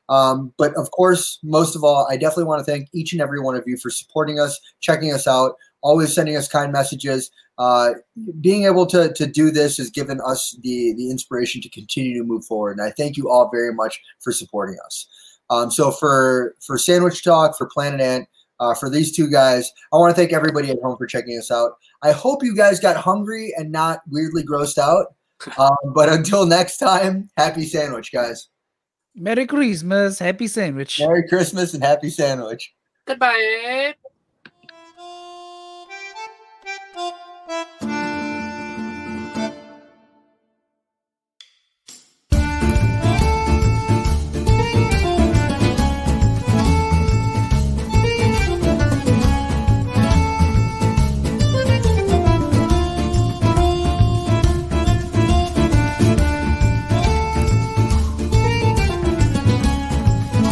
Speaker 1: Um, but of course, most of all, I definitely want to thank each and every one of you for supporting us, checking us out, always sending us kind messages. Uh, being able to, to do this has given us the, the inspiration to continue to move forward. And I thank you all very much for supporting us. Um, so for for Sandwich Talk, for Planet Ant, uh, for these two guys, I want to thank everybody at home for checking us out. I hope you guys got hungry and not weirdly grossed out. Um, but until next time, happy sandwich, guys.
Speaker 2: Merry Christmas. Happy sandwich.
Speaker 1: Merry Christmas and happy sandwich.
Speaker 3: Goodbye.